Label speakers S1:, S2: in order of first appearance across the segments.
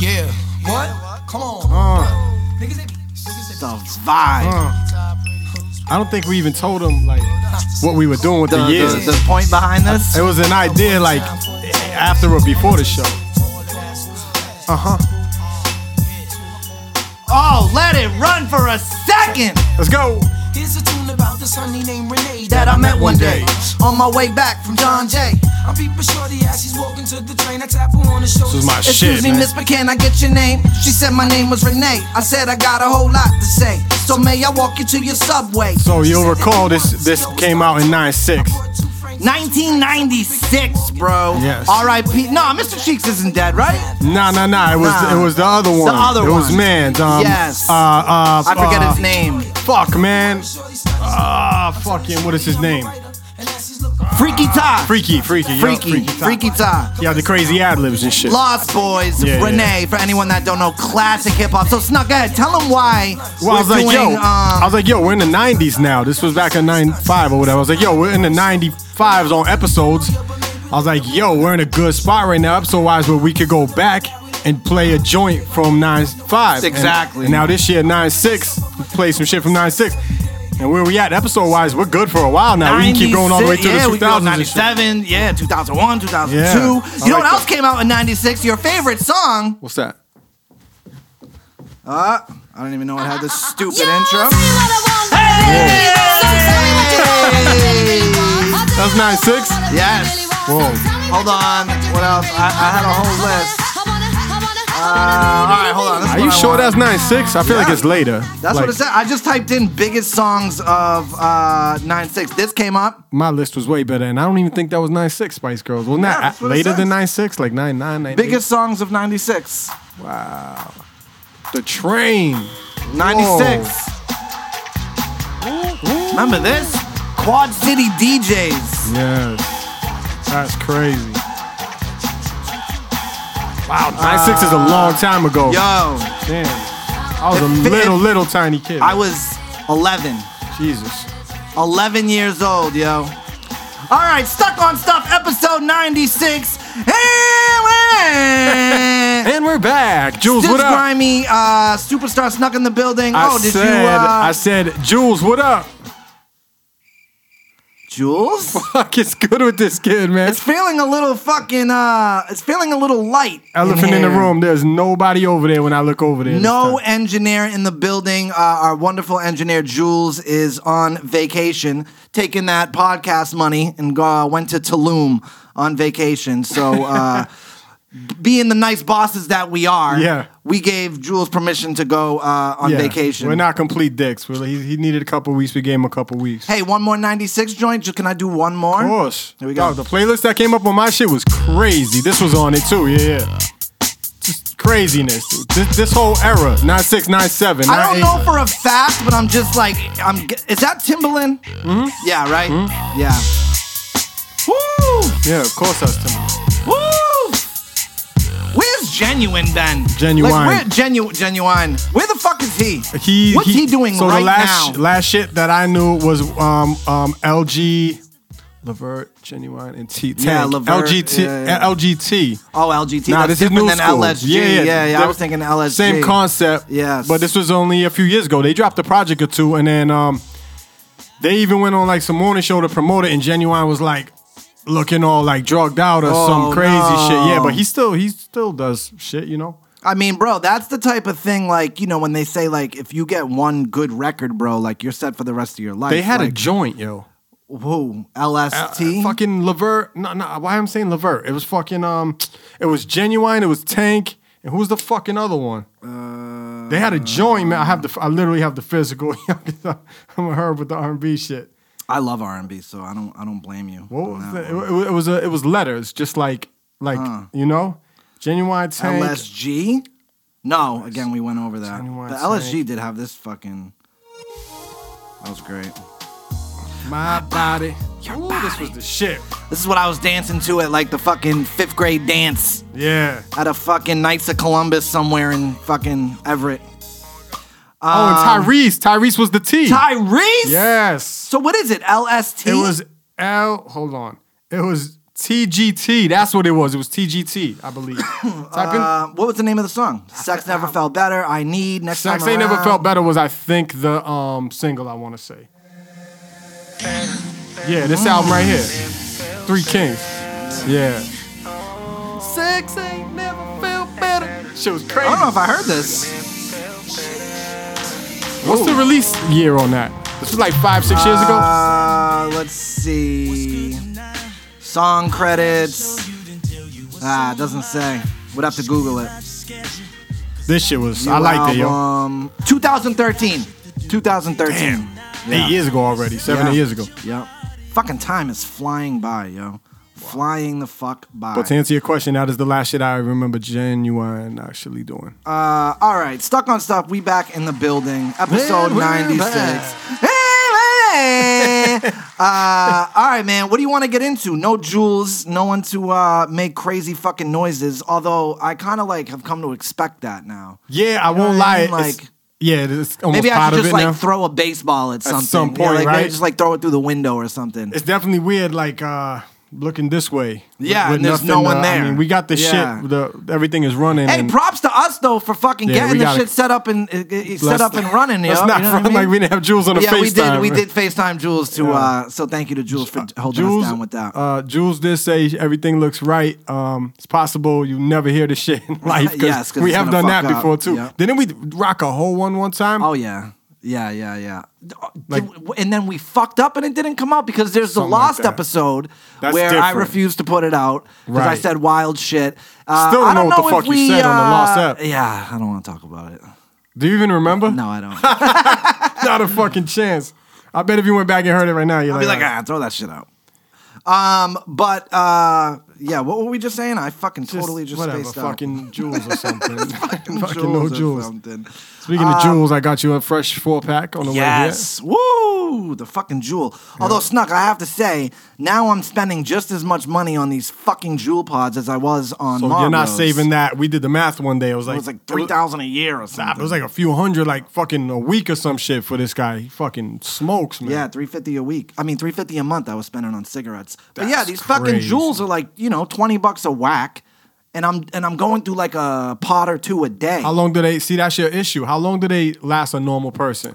S1: Yeah. What? Come on.
S2: Uh,
S1: Niggas hit me. Niggas hit me.
S3: The vibe.
S2: I don't think we even told them like what we were doing with the,
S3: The,
S2: years.
S3: the, the point behind this.
S2: It was an idea like after or before the show. Uh huh.
S3: Oh, let it run for a second.
S2: Let's go.
S1: Here's a tune about this honey named Renee that I met one day on my way back from John Jay. I'm peeping shorty as she's walking to the train. I tap her on the shoulder.
S2: This is my
S1: Excuse
S2: shit,
S1: me,
S2: man.
S1: miss, but can I get your name? She said my name was Renee. I said I got a whole lot to say. So may I walk you to your subway?
S2: So you'll recall this this came out in '96.
S3: 1996, bro.
S2: Yes.
S3: R.I.P. No, Mr. Cheeks isn't dead, right?
S2: Nah, nah, nah. It was
S3: Nah.
S2: it was the other one.
S3: other
S2: it was
S3: one.
S2: man. Um,
S3: Yes.
S2: Uh, uh,
S3: I forget
S2: uh,
S1: Ah.
S3: his name.
S2: Fuck, man. Ah, fucking. What is his name?
S3: Freaky Top.
S2: Freaky, freaky, yeah,
S3: Freaky.
S2: freaky, top.
S3: Freaky Top.
S2: Yeah, the crazy ad libs and shit.
S3: Lost Boys,
S2: Yeah,
S3: Renee, for anyone that don't know, classic hip hop. So, Snuck ahead, tell them why.
S2: Well, I was
S3: we're
S2: like,
S3: doing,
S2: yo,
S3: um,
S2: I was like, yo, we're in the '90s now. This was back in '95 or whatever. I was like, yo, we're in the '95s on episodes. I was like, yo, we're in a good spot right now, episode wise, where we could go back and play a joint from '95. And-
S3: Exactly.
S2: And, now this year '96, play some shit from '96. And where we at episode wise, we're good for a while now. We can keep going all the way through
S3: 96 yeah,
S2: the
S3: we can go
S2: 2000s. and shit.
S3: 97, yeah, 2001, 2002. You
S2: Yeah. I
S3: know
S2: like
S3: what else
S2: that.
S3: came out in 96? Your favorite song.
S2: What's that?
S3: I don't even know I had this stupid
S4: Yo,
S3: intro.
S4: see what I want, baby. So tell me what you want, what you really want. I'll tell
S2: That's
S4: you what I
S2: 96?
S4: want, what you
S3: Yes.
S4: really want.
S2: Whoa.
S4: So tell me
S3: Hold
S4: what you
S3: on.
S4: want,
S3: What
S4: you
S3: else?
S4: really
S3: I- I had a
S4: want.
S3: whole
S4: I wanna-
S3: list.
S4: I wanna- I wanna- I
S3: Uh,
S4: wanna-
S3: all right, hold on. This is
S2: Are you
S3: what I
S2: sure
S3: want.
S2: that's '96? I feel like
S3: Yeah.
S2: it's later.
S3: That's
S2: Like,
S3: what it said. I just typed in biggest songs of uh, 96. This came up.
S2: My list was way better, and I don't even think that was '96 Spice Girls. Wasn't
S3: Yeah,
S2: that
S3: that's what it
S2: later
S3: says.
S2: than '96? Like '99,
S3: Biggest songs of 96.
S2: The train.
S3: 96. Remember this? Quad City DJs.
S2: Yes. That's crazy. Wow, 96 is a long time ago.
S3: Yo,
S2: Damn. I was a
S3: Uh, If-
S2: little,
S3: if-
S2: little tiny kid.
S3: I was 11.
S2: Jesus.
S3: 11 years old, yo. All right, Stuck on Stuff, episode 96. Hey,
S2: And we're back. Jules,
S3: Still
S2: what up?
S3: grimy, uh, superstar snuck in the building.
S2: I
S3: oh, did
S2: said,
S3: you, uh,
S2: I said, Jules, what up?
S3: Jules?
S2: Fuck, it's good with this kid, man.
S3: It's feeling a little fucking, uh, it's feeling a little light. in
S2: Elephant in, the
S3: here.
S2: room. There's nobody over there when I look over there. this
S3: No
S2: time.
S3: engineer in the building. Uh, our wonderful engineer Jules is on vacation, taking that podcast money and uh, went to Tulum on vacation. So, uh, being the nice bosses that we are,
S2: Yeah.
S3: we gave Jules permission to go uh, on
S2: Yeah,
S3: vacation.
S2: We're not complete dicks. We're, he, he needed a couple weeks. We gave him a couple weeks.
S3: hey, one more 96 joint. Ju- Can I do one more?
S2: Of course.
S3: Here we go.
S2: Dog, the playlist that came up on my shit was crazy. This was on it too. Yeah, yeah. Just craziness. dude. This, this whole era. Nine six, nine seven.
S3: I don't
S2: 98.
S3: know for a fact, but I'm just like, I'm. g- Is that Timbaland? Mm-hmm. Yeah, right.
S2: Mm-hmm.
S3: Yeah. Woo!
S2: Yeah, of course that's Timberland.
S3: Woo! Where's genuine then?
S2: Genuine.
S3: Like, where genuine? Genuine. Where the fuck is he?
S2: He.
S3: What's he, doing
S2: So
S3: right
S2: the last
S3: now?
S2: last shit that I knew was um um LG. Levert, Genuine, and T. Tank.
S3: Levert,
S2: LGT.
S3: yeah, yeah.
S2: LGT.
S3: oh, LGT.
S2: Nah,
S3: that's
S2: this is
S3: different
S2: new
S3: than
S2: school.
S3: LSG. Yeah, yeah. I was thinking LSG.
S2: Same concept.
S3: Yes.
S2: But this was only a few years ago. They dropped a project or two, and then um, they even went on like some morning show to promote it. And Genuine was like looking all like drugged out or
S3: Oh,
S2: some crazy
S3: no.
S2: shit. Yeah, but he still he still does shit. You know.
S3: I mean, bro, that's the type of thing like you know when they say like if you get one good record, bro, like you're set for the rest of your life.
S2: They had a
S3: like,
S2: joint, yo.
S3: whoa LST.
S2: Uh, fucking Levert. No, no. Why I'm saying Levert? It was fucking um, it was Genuine. It was Tank. And who's the fucking other one? they had a joint, man. I have the. I literally have the physical. I'm a herb with the R&B shit.
S3: I love R and B, so I don't I don't blame you. uh,
S2: What
S3: on
S2: was
S3: that
S2: that?
S3: one.
S2: It, wa- it was a, it was letters, just like like you know, genuine tank.
S3: LSG? No, again we went over that.
S2: Genuine
S3: But
S2: Tank.
S3: LSG did have this fucking. That was great.
S2: my body. Ooh, This was the shit.
S3: This is what I was dancing to at like the fucking fifth grade dance
S2: Yeah.
S3: at a fucking Knights of Columbus somewhere in fucking Everett.
S2: oh, and Tyrese. Tyrese was the T.
S3: Tyrese.
S2: yes.
S3: So what is it? LST.
S2: It was L. Hold on. It was TGT. That's what it was. It was TGT, I believe. Type in
S3: Uh, what was the name of the song? Sex never felt better. I need next time.
S2: Sex Ain't Never
S3: around.
S2: Felt Better was, I think, the um, single I want to say. Yeah, this album right here. Three Kings. Yeah. Sex ain't never felt better. Shit was
S3: I don't
S2: crazy.
S3: know if I heard this.
S2: What's the release year on that? This was like five, six years ago.
S3: Uh, let's see. Song credits. Ah, it doesn't say. Would have to Google it.
S2: This shit was. I liked it, yo.
S3: Um, 2013. 2013.
S2: Eight years ago already. Seven
S3: Yeah.
S2: years ago.
S3: Yep. Fucking time is flying by, yo. Flying the fuck by.
S2: But to answer your question, that is the last shit I remember genuine actually doing.
S3: Uh, all right, stuck on stuff. We back in the building, episode
S2: We're
S3: ninety six.
S2: back.
S3: uh, all right, man. What do you want to get into? No jewels, no one to uh, make crazy fucking noises. Although I kind of like have come to expect that now.
S2: Yeah, I
S3: what
S2: won't
S3: I
S2: lie.
S3: mean?
S2: it's-
S3: Like,
S2: yeah, it's almost
S3: Maybe I
S2: part
S3: should
S2: of
S3: just
S2: it
S3: like
S2: now.
S3: throw a baseball at something.
S2: some
S3: Yeah,
S2: point,
S3: like,
S2: right?
S3: Maybe just like throw it through the window or something.
S2: it's definitely weird, like uh looking this way.
S3: Yeah, and there's no one
S2: uh, I
S3: there.
S2: mean, we got the
S3: Yeah.
S2: shit. The everything is running.
S3: Hey,
S2: and
S3: props to us though for fucking
S2: Yeah, we
S3: getting the
S2: gotta-
S3: shit set up and uh, uh, set
S2: Let's-
S3: up and running. yo.
S2: let's not
S3: You know what I
S2: front
S3: mean?
S2: like we didn't have Jules on the
S3: yeah,
S2: FaceTime.
S3: we did. We
S2: man.
S3: did FaceTime Jules to. Uh, so thank you to Jules for holding
S2: Jules,
S3: us down with that.
S2: Uh, Jules did say everything looks right. Um, it's possible you never hear this shit in life because
S3: Yes, 'cause
S2: we
S3: it's
S2: have
S3: gonna
S2: done that
S3: fuck up.
S2: before too.
S3: Yeah.
S2: Didn't we rock a whole one one time?
S3: oh yeah, yeah, yeah, yeah. D- uh,
S2: Like-
S3: did- and then we fucked up and it didn't come out because there's the
S2: Something like
S3: lost
S2: that.
S3: episode
S2: That's
S3: where I
S2: different.
S3: refused to put it out because I
S2: Right.
S3: said wild shit. Uh,
S2: Still don't
S3: I don't
S2: know what the
S3: if
S2: fuck you
S3: we,
S2: said on the lost
S3: uh,
S2: app.
S3: Yeah, I don't want to talk about it.
S2: Do you even remember?
S3: No, I don't. I'd
S2: not a fucking chance. I bet if you went back and heard it right now, you're
S3: be like, ah, throw that shit out. Um, but uh, yeah, what were we just saying? I fucking totally just
S2: whatever,
S3: spaced out.
S2: fucking jewels or something. fucking
S3: Jules
S2: no
S3: or
S2: jewels.
S3: something.
S2: Speaking of jewels, I got you a fresh four pack on the
S3: Ah. Yes. Woo! The fucking jewel. Although, Snuck, I have to say, now I'm spending just as much money on these fucking jewel pods as I was on
S2: way here. So you're not saving that. We did the math one day. It was like
S3: It was like 3000 a year or something.
S2: It was like a few hundred, like fucking a week or some shit for this guy. He fucking smokes, man.
S3: yeah, 350 a week. I mean, 350 a month I was spending on cigarettes. but yeah,
S2: That's
S3: these fucking
S2: crazy.
S3: jewels are like, you know, 20 bucks a whack. And I'm and I'm going through like a pot or two a day.
S2: How long do they see? That's your issue. How long do they last a normal person?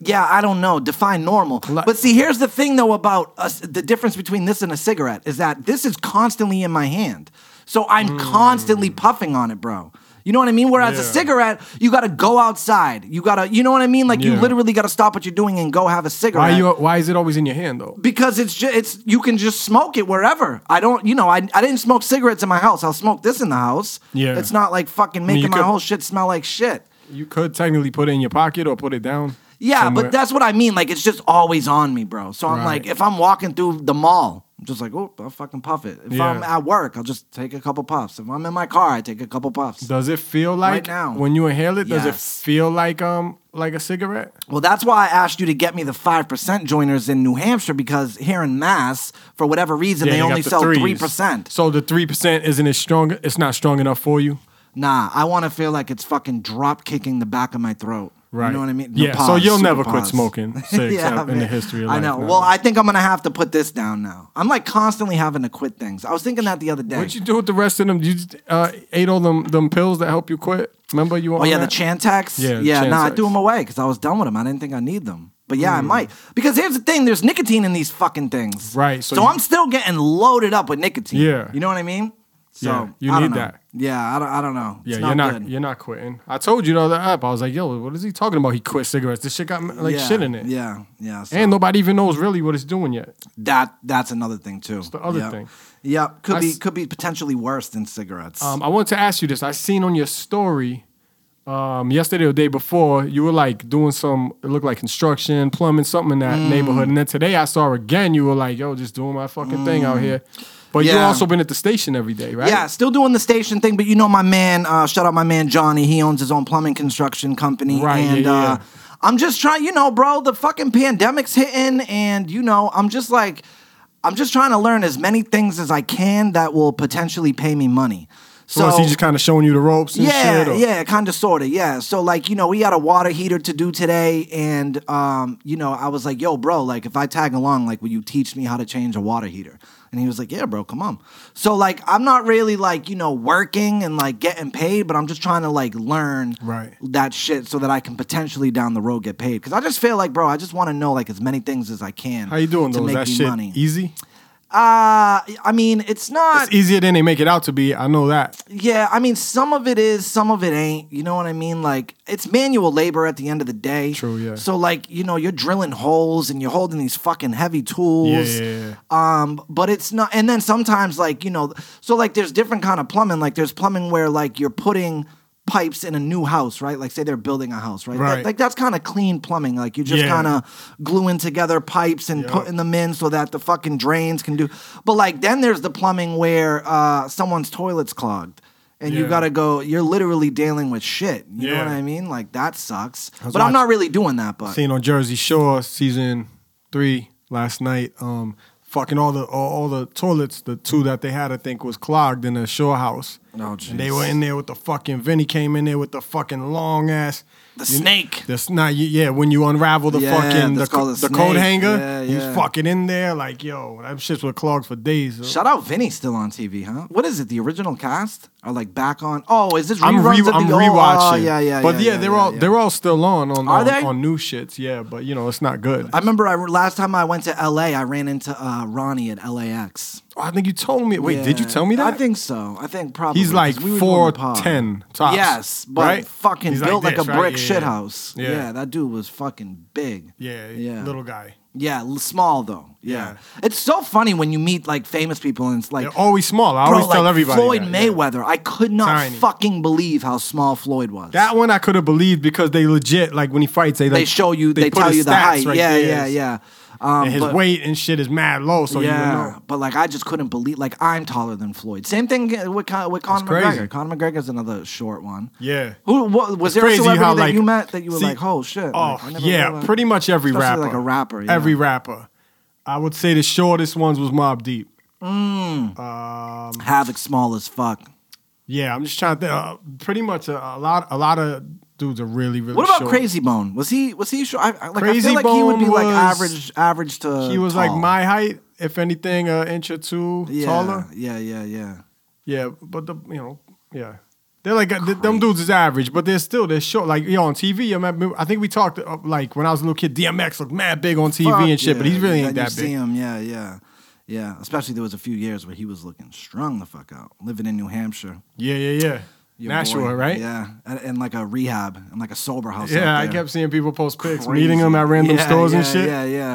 S3: Yeah, I don't know. Define normal.
S2: Li-
S3: But see, here's the thing though about us, the difference between this and a cigarette is that this is constantly in my hand. So I'm constantly puffing on it, bro. You know what I mean? Whereas a
S2: Hmm. Yeah.
S3: cigarette, you gotta go outside. You gotta, you know what I mean? Like you
S2: Yeah.
S3: literally gotta stop what you're doing and go have a cigarette.
S2: Why you? Why is it always in your hand though?
S3: because it's just it's you can just smoke it wherever. I don't, you know, I, I didn't smoke cigarettes in my house. I'll smoke this in the house.
S2: Yeah.
S3: It's not like fucking
S2: mean,
S3: making
S2: you
S3: my
S2: could-
S3: whole shit smell like shit.
S2: You could technically put it in your pocket or put it down.
S3: Yeah,
S2: somewhere.
S3: but that's what I mean. Like it's just always on me, bro. So I'm
S2: Right.
S3: like, if I'm walking through the mall, I'm just like, oh, I'll fucking puff it. If
S2: Yeah.
S3: I'm at work, I'll just take a couple puffs. If I'm in my car, I take a couple puffs.
S2: Does it feel like
S3: now.
S2: when you inhale it? Does
S3: Yes.
S2: it feel like um like a cigarette?
S3: Well, that's why I asked you to get me the five percent joiners in New Hampshire because here in Mass, for whatever reason, they
S2: you
S3: only
S2: got the
S3: sell
S2: threes.
S3: three percent.
S2: So the three percent isn't as strong. It's not strong enough for you,
S3: Nah, I want to feel like it's fucking drop kicking the back of my throat.
S2: right?
S3: You know what I mean?
S2: Yeah.
S3: The
S2: so
S3: pause,
S2: you'll
S3: super
S2: never quit
S3: pause.
S2: smoking cigs out in the
S3: man.
S2: history of
S3: I
S2: life.
S3: know.
S2: now.
S3: Well, I think I'm gonna have to put this down now. I'm like constantly having to quit things. I was thinking that the other day.
S2: What'd you do with the rest of them? You just, uh, ate all them them pills that help you quit. Remember you?
S3: Oh yeah, the Chantex.
S2: Yeah, the
S3: yeah. No, I
S2: Chantix.
S3: threw them away because I was done with them. I didn't think I need them. But yeah, I
S2: Mm.
S3: might because here's the thing: there's nicotine in these fucking things.
S2: Right,
S3: So,
S2: so you-
S3: I'm still getting loaded up with nicotine.
S2: Yeah.
S3: You know what I mean? So
S2: Yeah, you
S3: I don't
S2: need
S3: know.
S2: that.
S3: Yeah. I don't. I don't know.
S2: Yeah,
S3: It's
S2: you're not
S3: good.
S2: you're not quitting. I told you the other app. I was like, yo, what is he talking about? He quit cigarettes. This shit got like
S3: yeah,
S2: shit in it.
S3: Yeah. Yeah. So
S2: And nobody even knows really what it's doing yet.
S3: that that's another thing too.
S2: the other
S3: Yep.
S2: thing.
S3: Yep. Could
S2: I
S3: be
S2: s-
S3: could be potentially worse than cigarettes.
S2: Um, I wanted to ask you this. I seen on your story um, yesterday or the day before, you were like doing some, it looked like construction, plumbing, something in
S3: Mm.
S2: that neighborhood. And then today I saw again, you were like, yo, just doing my fucking thing out here. But you
S3: Mm. Yeah.
S2: also been at the station every day, right?
S3: Yeah, still doing the station thing, but you know my man, uh, shout out my man Johnny. He owns his own plumbing construction company.
S2: Right, yeah,
S3: And
S2: yeah,
S3: uh
S2: yeah.
S3: I'm just trying, you know, bro, the fucking pandemic's hitting, and you know, I'm just like, I'm just trying to learn as many things as I can that will potentially pay me money.
S2: So, is he just kind of showing you the ropes and
S3: yeah,
S2: shit? or-
S3: yeah, kind of, sort of, yeah. So like, you know, we had a water heater to do today, and um, you know, I was like, yo, bro, like if I tag along, like, will you teach me how to change a water heater? And he was like, yeah, bro, come on. So like, I'm not really like, you know, working and like getting paid, but I'm just trying to like learn
S2: Right.
S3: that shit so that I can potentially down the road get paid. Because I just feel like, bro, I just want to know like as many things as I can.
S2: How you doing
S3: to
S2: though? Is
S3: make
S2: that
S3: me
S2: shit e
S3: money?
S2: easy?
S3: Uh, I mean, it's not.
S2: It's easier than they make it out to be. I know that.
S3: Yeah, I mean, some of it is, some of it ain't. You know what I mean? Like, it's manual labor at the end of the day.
S2: True, yeah.
S3: So, like, you know, you're drilling holes and you're holding these fucking heavy tools.
S2: Yeah, yeah, yeah.
S3: Um, but it's not. And then sometimes, like, you know, so like, there's different kind of plumbing. Like, there's plumbing where like you're putting pipes in a new house, right? Like, say they're building a house, right? That-
S2: Right.
S3: like, that's kind of clean plumbing. Like, you're just
S2: Yeah.
S3: kind of gluing together pipes and
S2: Yeah.
S3: putting them in so that the fucking drains can do. But like then there's the plumbing where uh, someone's toilet's clogged. And you
S2: Yeah.
S3: gotta go. You're literally dealing with shit. You know
S2: Yeah.
S3: what I mean? Like that sucks. But
S2: was
S3: I'm
S2: watch-
S3: not really doing that. But
S2: seen on Jersey Shore season three last night. Um, fucking all the all, all the toilets, the two that they had, I think, was clogged in the Shore house.
S3: Oh,
S2: And they
S3: jeez.
S2: were in there with the fucking Vinny came in there with the fucking long ass.
S3: the snake.
S2: That's not you, yeah. When you unravel the
S3: Yeah,
S2: fucking the,
S3: that's called a
S2: the coat
S3: snake.
S2: hanger,
S3: Yeah,
S2: you
S3: yeah.
S2: fucking in there like yo, that shits were clogged for days.
S3: Shout out Vinny still on TV, huh? What is it? The original cast are like back on. Oh, is this
S2: I'm
S3: reruns
S2: re-
S3: of the
S2: I'm
S3: old- oh,
S2: rewatching.
S3: yeah, yeah.
S2: But yeah, they're all
S3: yeah.
S2: they're all still on on
S3: Are
S2: on,
S3: they?
S2: on new shits. Yeah, but you know it's not good.
S3: I remember I, last time I went to LA, I ran into uh, Ronnie at LAX.
S2: Oh, I think you told me. Wait, did you
S3: Yeah,
S2: tell me that?
S3: I think so. I think probably.
S2: He's like
S3: 'cause we were doing
S2: four
S3: the pod.
S2: ten tops.
S3: Yes, but
S2: right?
S3: fucking
S2: He's
S3: built like,
S2: this,
S3: a
S2: right?
S3: brick
S2: Yeah,
S3: shit
S2: yeah.
S3: house. Yeah.
S2: Yeah.
S3: that dude was fucking big.
S2: Yeah,
S3: yeah,
S2: little guy.
S3: Yeah, l- small though. Yeah. it's so funny when you meet like famous people and it's like.
S2: They're always small. I
S3: Bro,
S2: always
S3: like
S2: tell everybody.
S3: Floyd
S2: that, yeah.
S3: Mayweather, I could not
S2: Tiny.
S3: fucking believe how small Floyd was.
S2: That one I could have believed because they legit like when he fights, they like,
S3: they show you, they,
S2: put
S3: tell
S2: his
S3: you the
S2: stats
S3: height.
S2: right
S3: yeah,
S2: there.
S3: yeah, yeah, Um,
S2: And his
S3: but-
S2: weight and shit is mad low, so you
S3: yeah,
S2: don't know.
S3: but like I just couldn't believe. Like I'm taller than Floyd. Same thing with Con- with Conor
S2: crazy.
S3: McGregor. Conor McGregor's another short one.
S2: Yeah.
S3: Who what, was
S2: It's
S3: there a
S2: crazy
S3: celebrity
S2: how,
S3: that
S2: like-
S3: you met that you were
S2: see-
S3: like, oh shit?
S2: Oh
S3: like, I never
S2: yeah,
S3: realized-
S2: pretty much every rapper.
S3: especially, like, a rapper, yeah.
S2: Every rapper. I would say the shortest ones was Mob Deep.
S3: Um, Havoc small as fuck.
S2: Yeah, I'm just trying to think. Uh, pretty much a, a lot. A lot of dudes are really really.
S3: What about
S2: short.
S3: Crazy Bone? Was he was he short? I, I- like, I
S2: Crazy
S3: feel like he would be
S2: Bone
S3: like
S2: was-
S3: average average to
S2: He was like
S3: uh, tall.
S2: my height, if anything, an inch or two
S3: yeah,
S2: taller.
S3: Yeah, yeah, yeah.
S2: Yeah, but the you know, yeah, they're like th- them dudes is average, but they're still they're short. Like you know, on TV, I, remember, I think we talked uh, like when I was a little kid. DMX looked mad big on TV
S3: Fuck
S2: and shit, but
S3: yeah,
S2: he really
S3: yeah,
S2: ain't
S3: you
S2: that
S3: See
S2: big.
S3: him? Yeah, yeah, yeah. Especially there was a few years where he was looking strung the fuck out, living in New Hampshire.
S2: Yeah, yeah, yeah.
S3: Your
S2: Nashua,
S3: boy.
S2: right?
S3: Yeah, and, and like a rehab and like a sober house.
S2: Yeah,
S3: out
S2: I
S3: there.
S2: kept seeing people post pics,
S3: Crazy.
S2: meeting him at random
S3: Yeah,
S2: stores and
S3: yeah,
S2: shit.
S3: Yeah, yeah.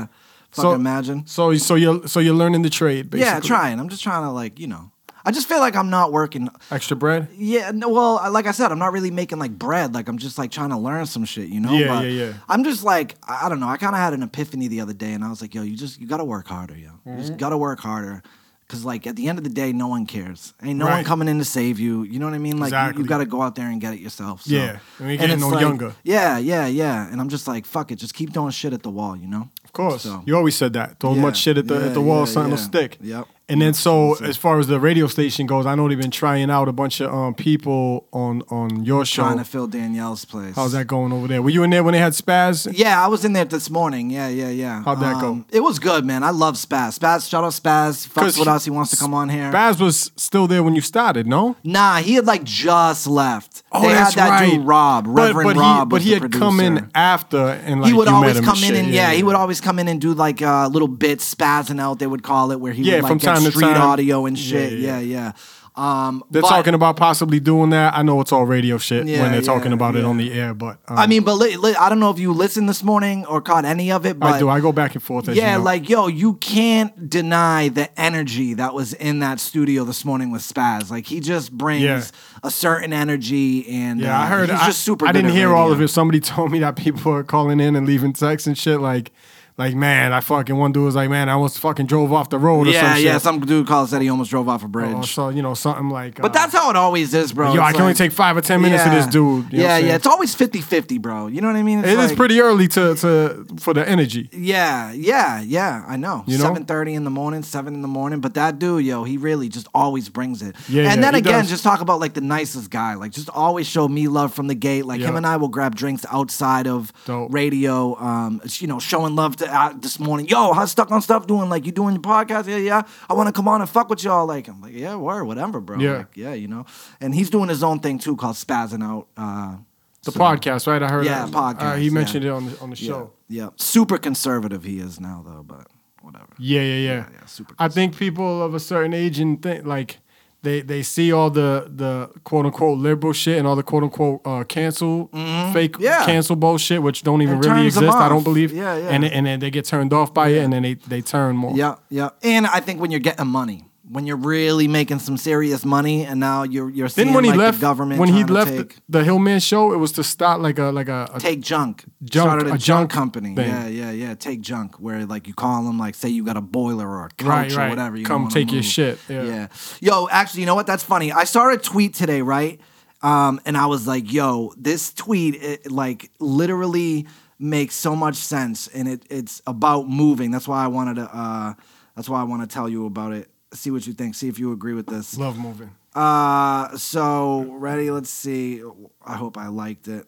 S3: Fucking
S2: So-
S3: imagine.
S2: So, so you're so you're learning the trade, basically.
S3: Yeah, trying. I'm just trying to like you know. I just feel like I'm not working.
S2: extra bread.
S3: Yeah, no, well, I- like I said, I'm not really making like bread. Like I'm just like trying to learn some shit, you know.
S2: Yeah,
S3: but
S2: yeah, yeah.
S3: I'm just like I I don't know. I kind of had an epiphany the other day, and I was like, yo, you just you gotta work harder, yo. You
S2: Mm-hmm.
S3: just gotta work harder. Cause like at the end of the day, no one cares. Ain't no one
S2: Right.
S3: coming in to save you. You know what I mean? Like you- you,
S2: Exactly.
S3: got to go out there and get it yourself. So.
S2: Yeah, and we getting
S3: it's
S2: no
S3: like-
S2: younger.
S3: Yeah, yeah, yeah. And I'm just like, fuck it, just keep throwing shit at the wall. You know?
S2: Of course.
S3: So-
S2: You always said that. Throw
S3: Yeah,
S2: much shit at the
S3: yeah,
S2: at the wall,
S3: yeah,
S2: something will
S3: yeah.
S2: stick.
S3: Yep.
S2: And then so as far as the radio station goes, I know they've been trying out a bunch of um people on on your show.
S3: Trying to fill Danielle's place.
S2: How's that going over there? Were you in there when they had spaz?
S3: Yeah, I was in there this morning. Yeah, yeah, yeah. Um,
S2: How'd that go?
S3: It was good, man. I love Spaz. Spaz, shout out Spaz. He Fucks
S2: 'Cause
S3: with
S2: he-
S3: us. He wants to come on here.
S2: Spaz was still there when you started, no?
S3: nah, he had like just left.
S2: Oh,
S3: they
S2: that's
S3: had that
S2: right.
S3: dude Rob,
S2: But-
S3: Reverend
S2: but,
S3: Rob.
S2: he, but
S3: was
S2: he
S3: the
S2: had come
S3: producer.
S2: in after, and like
S3: he would
S2: you met
S3: always
S2: him
S3: come in
S2: shit.
S3: and yeah, he would always come in and do like uh, little bits, spazzing out. They would call it where he
S2: Yeah,
S3: would like
S2: from
S3: get
S2: time to
S3: street
S2: time.
S3: audio and shit. Yeah,
S2: Yeah, yeah.
S3: yeah. Um,
S2: They're
S3: but-
S2: talking about possibly doing that. I know it's all radio shit
S3: Yeah,
S2: when they're talking
S3: yeah,
S2: about it
S3: yeah.
S2: on the air, but um,
S3: I mean, but li- li- I don't know if you listened this morning or caught any of it. But
S2: I do. I go back and forth. As you
S3: Yeah,
S2: know.
S3: like yo, you can't deny the energy that was in that studio this morning with Spaz. Like he just brings
S2: Yeah.
S3: a certain energy, and
S2: Yeah,
S3: uh,
S2: I heard.
S3: He's
S2: I,
S3: just super.
S2: I
S3: good
S2: didn't
S3: at
S2: hear all of
S3: radio.
S2: it. Somebody told me that people are calling in and leaving texts and shit. Like, like, man, I fucking one dude was like, man, I almost fucking drove off the road or
S3: yeah,
S2: some
S3: yeah.
S2: shit.
S3: Some dude called said he almost drove off a bridge.
S2: Or so you know something like.
S3: but
S2: uh,
S3: that's how it always is, bro. It's
S2: yo, I can only
S3: like-
S2: take five or ten minutes for this dude. You know what
S3: yeah,
S2: I'm
S3: yeah.
S2: saying?
S3: It's always 50-50, bro. You know what I mean? It's
S2: It is
S3: like-
S2: pretty early to to for the energy.
S3: Yeah, yeah, yeah. I know.
S2: You know?
S3: Seven thirty in the morning, seven in the morning. But that dude, yo, he really just always brings it.
S2: Yeah,
S3: and
S2: yeah,
S3: then
S2: he
S3: again,
S2: does.
S3: just talk about like the nicest guy. Like just always show me love from the gate. Like him
S2: Yeah.
S3: and I will grab drinks outside of
S2: Dope.
S3: radio. Um, you know, showing love to uh, this morning. Yo, how's stuck on stuff doing? Like you doing your podcast? Yeah, yeah. I want to come on and fuck with y'all. Like I'm like, yeah, word, whatever, bro.
S2: Yeah.
S3: Like, yeah, you know. And he's doing his own thing too, called spazzing out. Uh,
S2: The podcast, right? I heard.
S3: Yeah,
S2: that.
S3: podcast,
S2: Uh, he
S3: yeah.
S2: mentioned it on the, on the
S3: yeah,
S2: show.
S3: yeah. Super conservative he is now though, but whatever.
S2: Yeah, yeah, yeah.
S3: yeah, super
S2: I think people of a certain age and think like they they see all the the quote unquote liberal shit and all the quote unquote uh, cancel fake
S3: Mm-hmm. Yeah.
S2: cancel bullshit, which don't even
S3: It
S2: really
S3: turns them
S2: exist. I
S3: off.
S2: don't believe.
S3: Yeah, yeah.
S2: And and then they get turned off by it, and then they they turn more.
S3: Yeah, yeah. And I think when you're getting money, when you're really making some serious money, and now you're you're seeing
S2: Then when he
S3: like,
S2: left,
S3: the government
S2: when he
S3: trying to
S2: left
S3: take,
S2: the Hillman show, it was to start like a like a, a
S3: take junk,
S2: Junk,
S3: started a,
S2: a
S3: junk
S2: junk
S3: company.
S2: thing.
S3: Yeah, yeah, yeah. Take junk, where like you call them, like say you got a boiler or a couch
S2: Right,
S3: or
S2: right.
S3: whatever. You
S2: Come
S3: wanna
S2: take your
S3: move.
S2: shit, yeah.
S3: yeah. Yo, actually, you know what? That's funny. I saw a tweet today, right? Um, and I was like, yo, this tweet it, like literally makes so much sense, and it it's about moving. That's why I wanted to. Uh, that's why I want to tell you about it. See what you think. See if you agree with this.
S2: love moving.
S3: Uh, so ready. Let's see. I hope I liked it.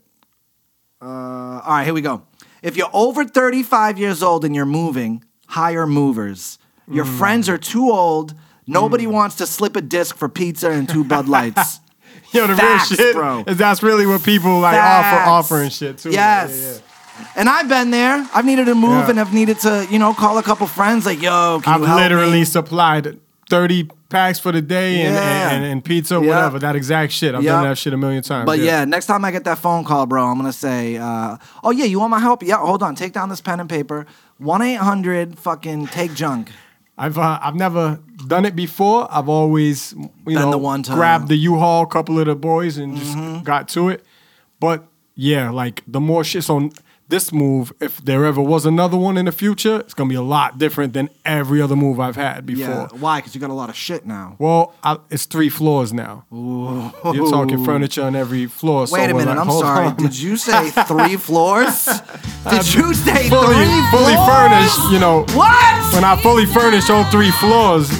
S3: Uh, all right, here we go. If you're over 35 years old and you're moving, hire movers. Your
S2: Hmm.
S3: friends are too old. Nobody wants to slip a disc for pizza and two Bud Lights.
S2: Yo, the
S3: Facts,
S2: real shit
S3: bro.
S2: is that's really what people like
S3: Facts.
S2: offer offering shit too. Yeah,
S3: Yes.
S2: yeah, yeah.
S3: And I've been there. I've needed to move
S2: Yeah.
S3: and I've needed to, you know, call a couple friends like, yo, can
S2: I've
S3: you help
S2: literally
S3: me?
S2: supplied 30 packs for the day and,
S3: Yeah.
S2: and, and, and pizza,
S3: Yeah.
S2: whatever. That exact shit. I've done
S3: Yeah.
S2: that shit a million times.
S3: But yeah. next time I get that phone call, bro, I'm gonna say, uh, "Oh yeah, you want my help? Yeah, hold on, take down this pen and paper. One eight hundred fucking take junk.
S2: I've uh, I've never done it before. I've always you know
S3: the one time. Mm-hmm.
S2: grabbed the U-Haul, couple of the boys, and just got to it. But yeah, like the more shit. So this move, if there ever was another one in the future, it's gonna be a lot different than every other move I've had before.
S3: Yeah, why? Because you got a lot of shit now.
S2: Well, I, it's three floors now. You're talking furniture on every floor. so
S3: Wait a
S2: we're
S3: minute,
S2: like,
S3: I'm
S2: hold
S3: sorry.
S2: on.
S3: Did you say three floors? Did you say
S2: fully,
S3: three
S2: fully
S3: floors?
S2: furnished, you know.
S3: What?
S2: When I fully furnished on three floors,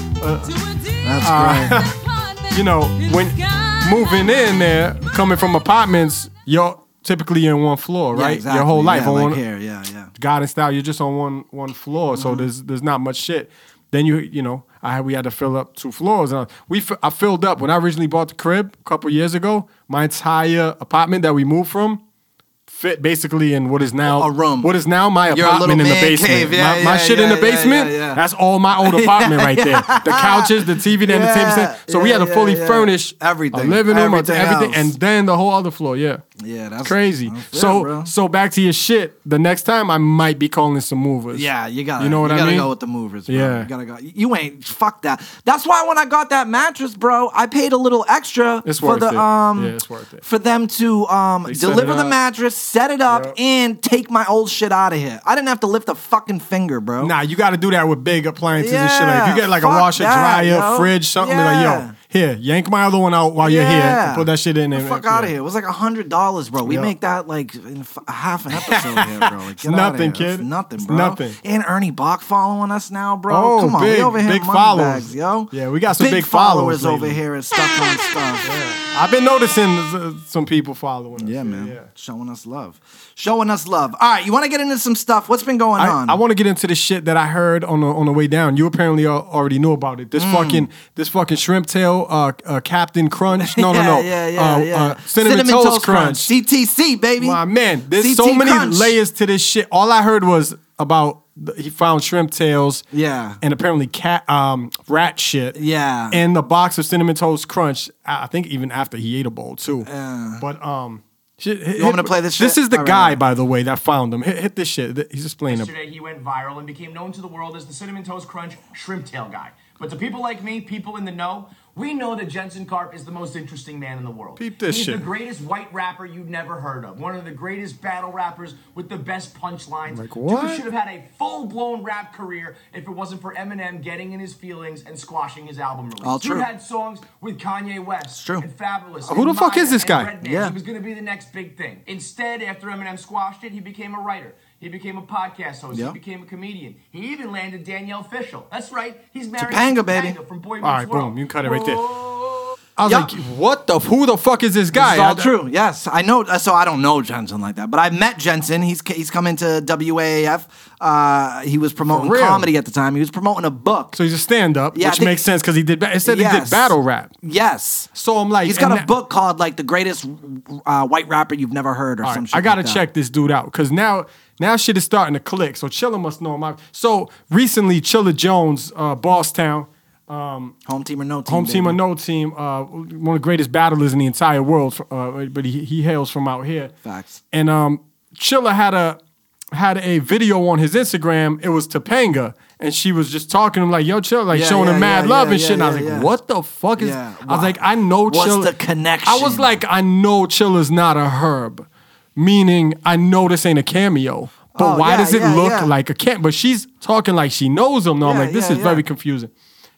S3: That's great.
S2: you know, when moving in there, coming from apartments, you're typically in one floor,
S3: Yeah,
S2: right?
S3: exactly.
S2: Your whole life
S3: yeah,
S2: on
S3: like
S2: one
S3: here. Yeah, yeah.
S2: God and style, you're just on one one floor,
S3: Mm-hmm.
S2: so there's there's not much shit. Then you you know, I had, we had to fill up two floors, and I, we fi- I filled up when I originally bought the crib a couple years ago. My entire apartment that we moved from fit basically in what is now
S3: A room.
S2: What is now my
S3: Your
S2: apartment in
S3: little
S2: the
S3: man
S2: basement.
S3: cave. Yeah,
S2: my my
S3: yeah,
S2: shit in
S3: yeah,
S2: the
S3: yeah, yeah,
S2: basement.
S3: yeah.
S2: That's all my old apartment right there. The couches, the TV, the
S3: Yeah,
S2: entertainment. center. So we
S3: yeah,
S2: had to
S3: yeah,
S2: fully
S3: yeah.
S2: furnish
S3: Everything,
S2: a living room,
S3: everything
S2: everything, everything,
S3: else.
S2: and then the whole other floor. Yeah,
S3: Yeah, that's-
S2: crazy.
S3: that's it,
S2: so
S3: bro.
S2: so back to your shit. The next time I might be calling some movers.
S3: Yeah, you got.
S2: You know what
S3: you
S2: I
S3: gotta
S2: mean?
S3: go with the movers. Bro.
S2: Yeah.
S3: you gotta go. You ain't fuck that. That's why when I got that mattress, bro, I paid a little extra
S2: It's
S3: for
S2: worth
S3: the
S2: it.
S3: um
S2: Yeah, it's worth it.
S3: for them to um
S2: set
S3: deliver
S2: it
S3: the
S2: up.
S3: mattress, set it up,
S2: Yep.
S3: and take my old shit out of here. I didn't have to lift a fucking finger, bro.
S2: Nah, you got to do that with big appliances and shit. Like if
S3: Yeah,
S2: you get like a
S3: fuck
S2: washer,
S3: that,
S2: dryer,
S3: yo.
S2: fridge, something
S3: Yeah.
S2: like yo, here, yank my other one out while Oh, you're here. And put that shit in
S3: The
S2: and
S3: fuck
S2: yeah.
S3: out of here. It was like a hundred dollars, bro. We
S2: Yeah.
S3: make that like in f- half an episode here, bro. Like, get outta
S2: nothing,
S3: here. It's
S2: kid.
S3: nothing,
S2: It's
S3: bro.
S2: nothing.
S3: And Ernie Bach following us now, bro.
S2: Oh,
S3: Come on,
S2: big-
S3: we over here,
S2: big
S3: money
S2: followers.
S3: bags, yo.
S2: Yeah, we got some big
S3: followers,
S2: followers
S3: over
S2: lately.
S3: here and stuff on stuff. Yeah,
S2: I've been noticing uh, some people following. us.
S3: man, showing us love, showing us love. All right, you want to get into some stuff? What's been going
S2: I,
S3: on?
S2: I want to get into the shit that I heard on the on the way down. You apparently al- already knew about it. This fucking this fucking shrimp tail, uh, uh, Captain Crunch. No,
S3: yeah,
S2: no, no.
S3: Yeah, yeah,
S2: uh,
S3: yeah.
S2: Uh, cinnamon, toast, crunch.
S3: CTC, baby.
S2: My man, there's
S3: CT
S2: so many
S3: Crunch.
S2: layers to this shit. All I heard was about the, he found shrimp tails.
S3: Yeah.
S2: and apparently cat um rat shit.
S3: Yeah.
S2: and the box of cinnamon toast crunch. I I think even after he ate a bowl too.
S3: Yeah.
S2: But um. Shit, you
S3: want me to play this
S2: This
S3: shit?
S2: is the
S3: All right, all
S2: guy,
S3: right.
S2: by the way, that found him. Hit, hit this shit. Th- He's explaining it.
S5: Yesterday, he went viral and became known to the world as the Cinnamon Toast Crunch Shrimp Tail Guy. But to people like me, people in the know, We know that Jensen Karp is the most interesting man in the world.
S2: Peep this
S5: He's
S2: shit.
S5: the greatest white rapper you've never heard of. One of the greatest battle rappers with the best punchlines.
S2: Like, what?
S5: Dude should have had a full-blown rap career if it wasn't for Eminem getting in his feelings and squashing his album release.
S3: All
S5: Dude
S3: true.
S5: had songs with Kanye West
S3: true.
S5: and Fabulous.
S2: Who the
S5: and
S2: fuck
S5: Maya
S2: is this
S5: and
S2: guy?
S5: Redman.
S3: Yeah.
S5: He was going to be the next big thing. Instead, after Eminem squashed it, he became a writer. He became a podcast host.
S3: Yeah.
S5: He became a comedian. He even landed Danielle Fishel. That's right. He's married
S3: Topanga,
S5: to
S3: baby.
S5: Topanga from Boy Meets
S2: All right,
S5: World.
S2: boom. You cut it right there.
S5: Oh.
S2: I was
S3: Yeah.
S2: like, what the? Who the fuck is this guy?
S3: It's all
S2: I-
S3: true. Yes, I know. uh, So I don't know Jensen like that, but I met Jensen. He's he's come into WAAF. Uh, he was promoting
S2: For real?
S3: comedy at the time. He was promoting a book.
S2: So he's a stand up,
S3: Yeah, I
S2: which
S3: think-
S2: makes sense because he did. ba- It said he did
S3: Yes.
S2: battle rap.
S3: yes.
S2: So I'm like,
S3: He's got
S2: and
S3: a
S2: that-
S3: book called like the greatest uh, white rapper you've never heard or
S2: All
S3: some
S2: right,
S3: shit.
S2: I gotta
S3: like that.
S2: check this dude out because now now shit is starting to click. So Chilla must know him. I- So recently, Chilla Jones, uh, Boss Town,
S3: Home team or no team.
S2: home team
S3: baby.
S2: or no team, uh, one of the greatest battlers in the entire world. Uh, but he, he hails from out here.
S3: Facts.
S2: And um, Chilla had a had a video on his Instagram. It was Topanga, and she was just talking to him like, "Yo, Chilla," like
S3: Yeah,
S2: showing
S3: yeah,
S2: him mad
S3: yeah,
S2: love
S3: yeah,
S2: and shit.
S3: yeah,
S2: and I was
S3: yeah,
S2: like,
S3: yeah.
S2: "What the fuck is?"
S3: Yeah,
S2: I was
S3: wow.
S2: like, "I know
S3: What's
S2: Chilla."
S3: the
S2: I was
S3: connection?
S2: like, "I know Chilla's not a herb," meaning I know this ain't a cameo. But
S3: Oh,
S2: why
S3: yeah,
S2: does it
S3: yeah,
S2: look
S3: yeah.
S2: like a camp? But she's talking like she knows him. No, I'm
S3: Yeah,
S2: like, this
S3: yeah,
S2: is very
S3: yeah.
S2: confusing.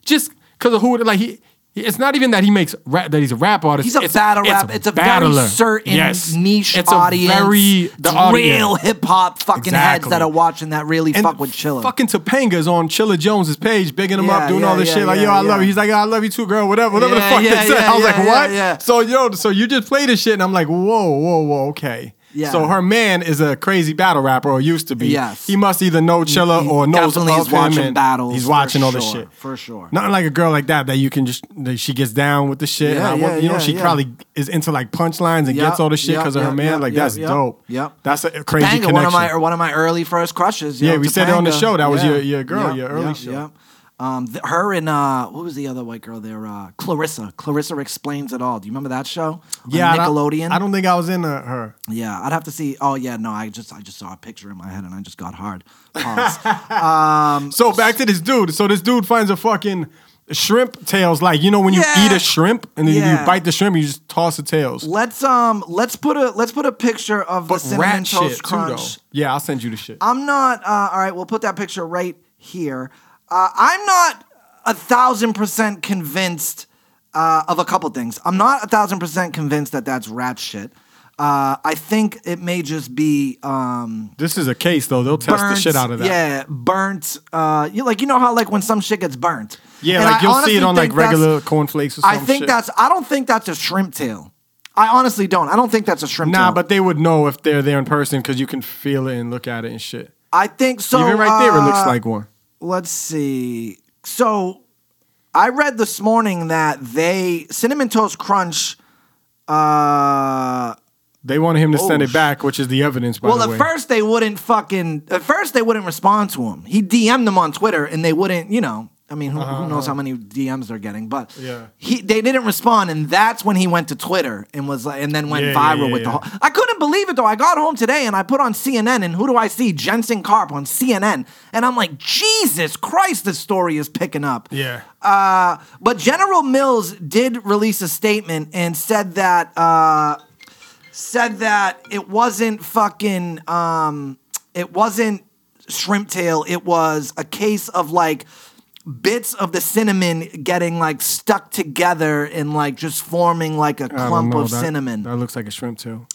S2: Just because of who, like he, it's not even that he makes rap, that he's a rap artist.
S3: He's a
S2: it's,
S3: battle
S2: it's
S3: rap. It's a
S2: battler.
S3: very certain niche
S2: it's
S3: audience.
S2: A very
S3: It's
S2: the audience.
S3: real hip hop fucking heads
S2: Exactly.
S3: that are watching that really
S2: And
S3: fuck with Chilla.
S2: Fucking Topanga's on Chilla Jones's page, bigging him
S3: Yeah,
S2: up, doing
S3: yeah,
S2: all this
S3: yeah,
S2: shit. Like,
S3: yeah,
S2: yo, I
S3: yeah.
S2: love you. He's like, I love you too, girl. Whatever, whatever
S3: Yeah,
S2: the fuck
S3: yeah,
S2: they said.
S3: yeah,
S2: I was
S3: yeah,
S2: like,
S3: yeah,
S2: what?
S3: yeah.
S2: So you know, so you just play this shit, and I'm like, whoa, whoa, whoa, okay.
S3: Yeah.
S2: So her man is a crazy battle rapper, or used to be.
S3: Yes.
S2: He must either know Chilla
S3: He
S2: or knows
S3: definitely is
S2: of him
S3: watching
S2: and
S3: battles
S2: He's
S3: for
S2: watching all this
S3: sure,
S2: shit
S3: for sure.
S2: Nothing like a girl like that that you can just that she gets down with the
S3: Yeah,
S2: shit. and I
S3: yeah,
S2: want, you know,
S3: yeah,
S2: she
S3: yeah.
S2: probably is into like punchlines and
S3: Yep,
S2: gets all this shit
S3: yep,
S2: because of her
S3: yep,
S2: man.
S3: yep,
S2: like
S3: yep,
S2: that's
S3: yep.
S2: dope.
S3: Yep.
S2: That's a crazy
S3: Topanga,
S2: connection.
S3: one of my or one of my early first crushes. yo,
S2: Yeah, we said it on the
S3: Topanga.
S2: show. That was your- your girl, your early show.
S3: Um, th- her and uh, what was the other white girl there? Uh, Clarissa. Clarissa explains it all. Do you remember that show? On
S2: yeah, I don't-
S3: Nickelodeon.
S2: I don't think I was in uh, her.
S3: Yeah, I'd have to see. Oh yeah, no, I just I just saw a picture in my head and I just got hard. Pause.
S2: So back to this dude. So this dude finds a fucking shrimp tails. Like you know when you
S3: Yeah.
S2: eat a shrimp and then
S3: Yeah.
S2: you bite the shrimp, you just toss the tails.
S3: let's um let's put a let's put a picture of the
S2: But
S3: cinnamon
S2: rat shit
S3: toast
S2: too
S3: crunch.
S2: though. Yeah, I'll send you the shit.
S3: I'm not. Uh, all right, we'll put that picture right here. Uh, I'm not a thousand percent convinced uh, of a couple things. I'm not a thousand percent convinced that that's rat shit. Uh, I think it may just be um,
S2: this is a case though. They'll test the
S3: burnt-
S2: shit out of that.
S3: Yeah, burnt. Uh, you like you know how like when some shit gets burnt.
S2: Yeah,
S3: And
S2: like
S3: I
S2: you'll see
S3: honestly
S2: it on like
S3: think that's-
S2: regular cornflakes or
S3: I
S2: something.
S3: think that's. I don't think that's a shrimp tail. I honestly don't. I don't think that's a shrimp tail.
S2: nah, but they would know if they're there in person because you can feel it and look at it and shit.
S3: I think so.
S2: Even right there, it
S3: uh,
S2: looks like one.
S3: Let's see. So, I read this morning that they cinnamon toast crunch. Uh,
S2: They wanted him to send
S3: oh,
S2: it back, which is the evidence. By
S3: well,
S2: the
S3: at
S2: way,
S3: first they wouldn't fucking. At first they wouldn't respond to him. He DM'd them on Twitter, and they wouldn't. You know, I mean, who, who knows how many DMs they're getting? But
S2: Uh-huh, Yeah.
S3: he they didn't respond, and that's when he went to Twitter and was like, and then went
S2: Yeah,
S3: viral
S2: yeah,
S3: with the
S2: yeah.
S3: whole. I couldn't believe it though. I got home today and I put on CNN, and who do I see? Jensen Karp on CNN, and I'm like, Jesus Christ, this story is picking up.
S2: yeah,
S3: Uh, but General Mills did release a statement and said that uh, said that it wasn't fucking um, it wasn't shrimp tail. It was a case of like bits of the cinnamon getting like stuck together and like just forming like a
S2: I don't
S3: clump
S2: know,
S3: of
S2: that-
S3: cinnamon.
S2: That looks like a shrimp too.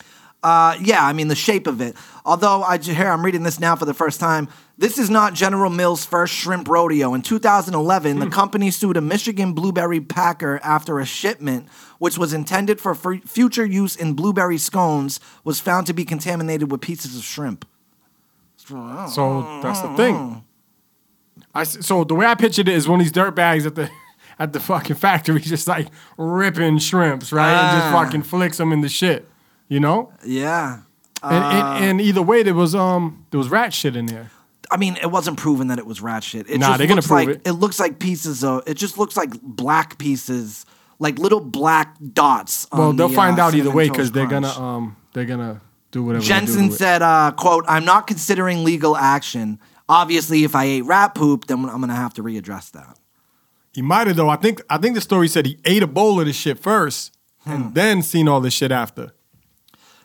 S3: Uh, yeah, I mean the shape of it. Although I ju- here I'm reading this now for the first time. This is not General Mills' first shrimp rodeo. In 2011,
S2: Hmm.
S3: the company sued a Michigan blueberry packer after a shipment which was intended for fu- future use in blueberry scones was found to be contaminated with pieces of shrimp.
S2: So that's the thing. I s- so the way I pictured it is one of these dirt bags at the at the fucking factory, just like ripping shrimps, right, and just
S3: Ah.
S2: fucking flicks them in the shit, you know.
S3: Yeah.
S2: And,
S3: Ah.
S2: and, and either way, there was um there was rat shit in there.
S3: I mean, it wasn't proven that it was rat shit. It
S2: Nah,
S3: just
S2: they're gonna
S3: looks
S2: prove
S3: like,
S2: it.
S3: looks like pieces of. It just looks like black pieces, like little black dots. on
S2: Well, they'll
S3: the,
S2: find
S3: uh,
S2: out either
S3: cinnamon
S2: way
S3: toast
S2: because they're gonna
S3: crunch.
S2: um they're gonna do whatever. they do
S3: Jensen
S2: to it.
S3: said, uh, "quote I'm not considering legal action. Obviously, if I ate rat poop, then I'm gonna have to readdress that."
S2: He might have though. I think I think the story said he ate a bowl of this shit first
S3: Hmm.
S2: and then seen all this shit after.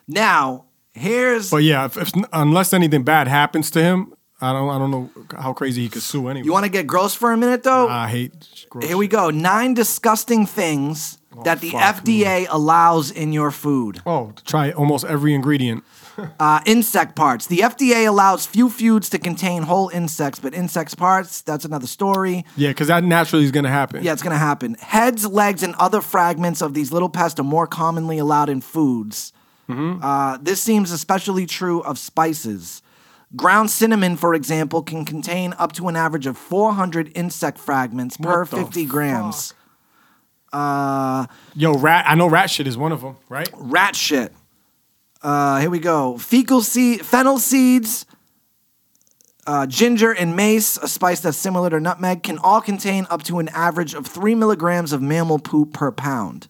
S3: Now, here's
S2: But yeah, if, if, unless anything bad happens to him, I don't I don't know how crazy he could sue anyway.
S3: you want to get gross for a minute though.
S2: I hate. Gross
S3: Here we go. Nine disgusting things that the
S2: Oh, fuck
S3: FDA allows in your food.
S2: Oh, try almost every ingredient.
S3: Uh, insect parts. The FDA allows few foods to contain whole insects, but insect parts, that's another story.
S2: Yeah, because that naturally is gonna happen.
S3: Yeah, it's going to happen. Heads, legs, and other fragments of these little pests are more commonly allowed in foods.
S2: Mm-hmm.
S3: Uh, this seems especially true of spices. Ground cinnamon, for example, can contain up to an average of 400 insect fragments per
S2: the
S3: 50 grams.
S2: Yo, rat. I know rat shit is one of them, right?
S3: rat shit. Uh, here we go. Fecal seed, fennel seeds, uh, ginger and mace, a spice that's similar to nutmeg, can all contain up to an average of three milligrams of mammal poop per pound.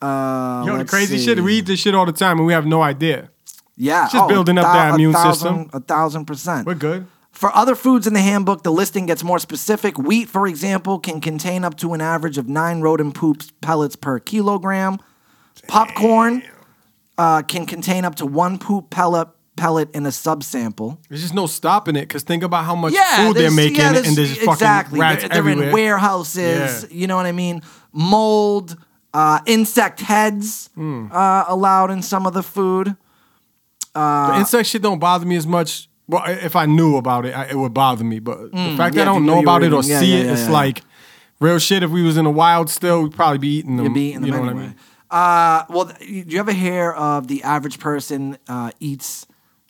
S3: Uh,
S2: Yo, the
S3: let's
S2: crazy
S3: see.
S2: shit. We eat this shit all the time and we have no idea.
S3: yeah, Oh,
S2: just building up
S3: a
S2: that
S3: thou- a
S2: immune
S3: thousand-
S2: system.
S3: A thousand percent.
S2: We're good.
S3: For other foods in the handbook, the listing gets more specific. Wheat, for example, can contain up to an average of nine rodent poops pellets per kilogram. Popcorn uh, can contain up to one poop pellet pellet in a subsample.
S2: There's just no stopping it because think about how much
S3: Yeah,
S2: food they're
S3: there's-
S2: making
S3: yeah,
S2: and there's just
S3: exactly.
S2: fucking rats
S3: they're, they're
S2: everywhere.
S3: in warehouses.
S2: Yeah.
S3: You know what I mean? Mold, uh, insect heads
S2: Hmm.
S3: uh, allowed in some of the food.
S2: the insect shit don't bother me as much. Well, i- if I knew about it, I, it would bother me. But the fact
S3: Mm. yeah,
S2: that I
S3: if
S2: don't
S3: you knew
S2: know
S3: you
S2: about
S3: were
S2: it or
S3: eating- yeah,
S2: see
S3: yeah,
S2: it,
S3: yeah,
S2: it's
S3: yeah.
S2: like real shit. If we was in the wild still, we'd probably be eating them.
S3: You're beating them
S2: Um, you know
S3: anyway.
S2: what I mean?
S3: Uh, well, th- you- do you ever hear of the average person uh, eats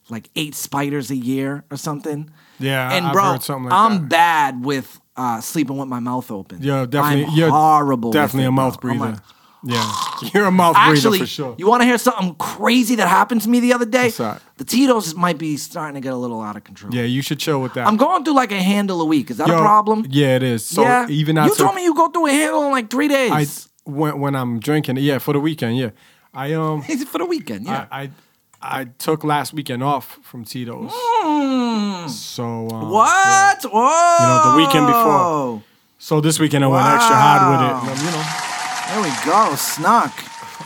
S3: like eight spiders a year or something?
S2: Yeah,
S3: and
S2: I've
S3: bro,
S2: heard something like
S3: I'm
S2: that.
S3: bad with uh, sleeping with my mouth open.
S2: Yeah, definitely.
S3: I'm
S2: you're
S3: horrible. with
S2: Definitely
S3: it,
S2: a mouth
S3: bro. I'm
S2: breather.
S3: like-
S2: yeah, you're a mouth
S3: Actually,
S2: breather for sure.
S3: you want to hear something crazy that happened to me the other day?
S2: What's that?
S3: The Tito's might be starting to get a little out of control.
S2: yeah, you should chill with that.
S3: I'm going through like a handle a week. Is that
S2: Yo,
S3: a problem?
S2: Yeah, it is. So
S3: yeah.
S2: even
S3: you
S2: after
S3: told me you go through a handle in like three days.
S2: I when when I'm drinking, yeah, for the weekend, yeah. I um
S3: for the weekend. Yeah.
S2: I, I I took last weekend off from Tito's. So um, yeah.
S3: Mm. What? Oh,
S2: You know, the weekend before. So this weekend I went extra hard with it. Um, you know,
S3: There we go, snuck,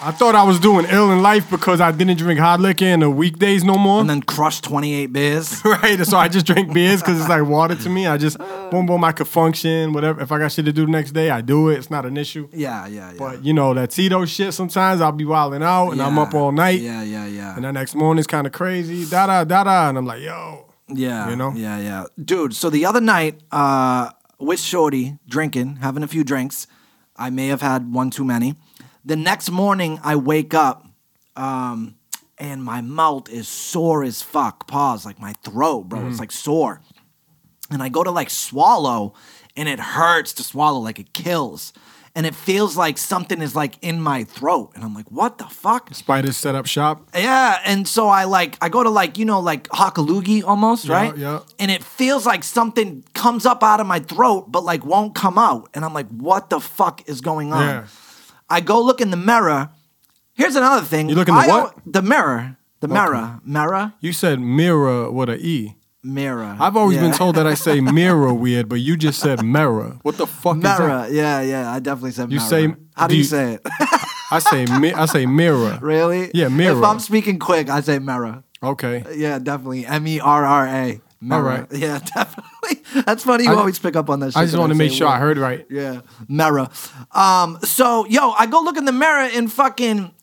S2: I thought I was doing ill in life because I didn't drink hard liquor in the weekdays no more.
S3: and then crushed twenty eight beers.
S2: right? So I just drink beers because it's like water to me. I just boom boom. I could function whatever. If I got shit to do the next day, I do it. It's not an issue.
S3: Yeah, yeah, yeah.
S2: But you know that Tito shit. Sometimes I'll be wilding out and I'm
S3: Yeah.
S2: up all night.
S3: Yeah, yeah, yeah.
S2: And the next morning's kind of crazy. Da da da da. And I'm like, yo.
S3: yeah,
S2: you know?
S3: Yeah, yeah, dude. So the other night, uh, with Shorty drinking, having a few drinks, I may have had one too many. The next morning, I wake up, um, and my mouth is sore as fuck. Pause. Like my throat, bro.
S2: Mm-hmm.
S3: It's like sore. and I go to like swallow and it hurts to swallow, like it kills. And it feels like something is like in my throat. And I'm like, what the fuck?
S2: Spiders set up shop.
S3: Yeah. And so I like, I go to like, you know, like Hakalugi almost,
S2: Yeah,
S3: right?
S2: yeah.
S3: And it feels like something comes up out of my throat, but like won't come out. And I'm like, what the fuck is going on?
S2: Yeah.
S3: I go look in the mirror. Here's another thing.
S2: You look in the
S3: I
S2: what?
S3: al- The mirror. The mirror. Mirror.
S2: You said mirror with a E.
S3: Mirror.
S2: I've always
S3: Yeah.
S2: been told that I say mirror weird, but you just said mirror. What the fuck is that?
S3: Mirror, yeah, yeah, I definitely said
S2: You
S3: mirror.
S2: say-
S3: How do
S2: do
S3: you
S2: you-
S3: say it?
S2: I say mi- I say mirror.
S3: Really?
S2: Yeah, mirror.
S3: If I'm speaking quick, I say mirror.
S2: Okay.
S3: Yeah, definitely. M E R R A. Mirror.
S2: right.
S3: Yeah, definitely. That's funny. You
S2: I-
S3: always pick up on that shit.
S2: I just
S3: that
S2: want to make
S3: say
S2: sure I
S3: weird.
S2: heard right.
S3: Yeah, mirror. Um, so, yo, I go look in the mirror and fucking.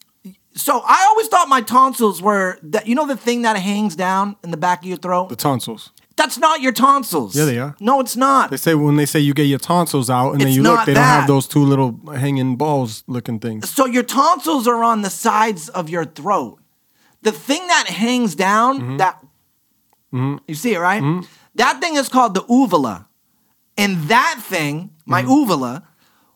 S3: So, I always thought my tonsils were that, you know, the thing that hangs down in the back of your throat?
S2: The tonsils.
S3: That's not your tonsils.
S2: Yeah, they are.
S3: No, it's not.
S2: They say when they say you get your tonsils out and then
S3: It's
S2: you look,
S3: not
S2: they don't
S3: that.
S2: have those two little hanging balls looking things.
S3: So your tonsils are on the sides of your throat. The thing that hangs down,
S2: Mm-hmm.
S3: that you see it, right? That thing is called the uvula. And that thing, my
S2: Mm-hmm.
S3: uvula,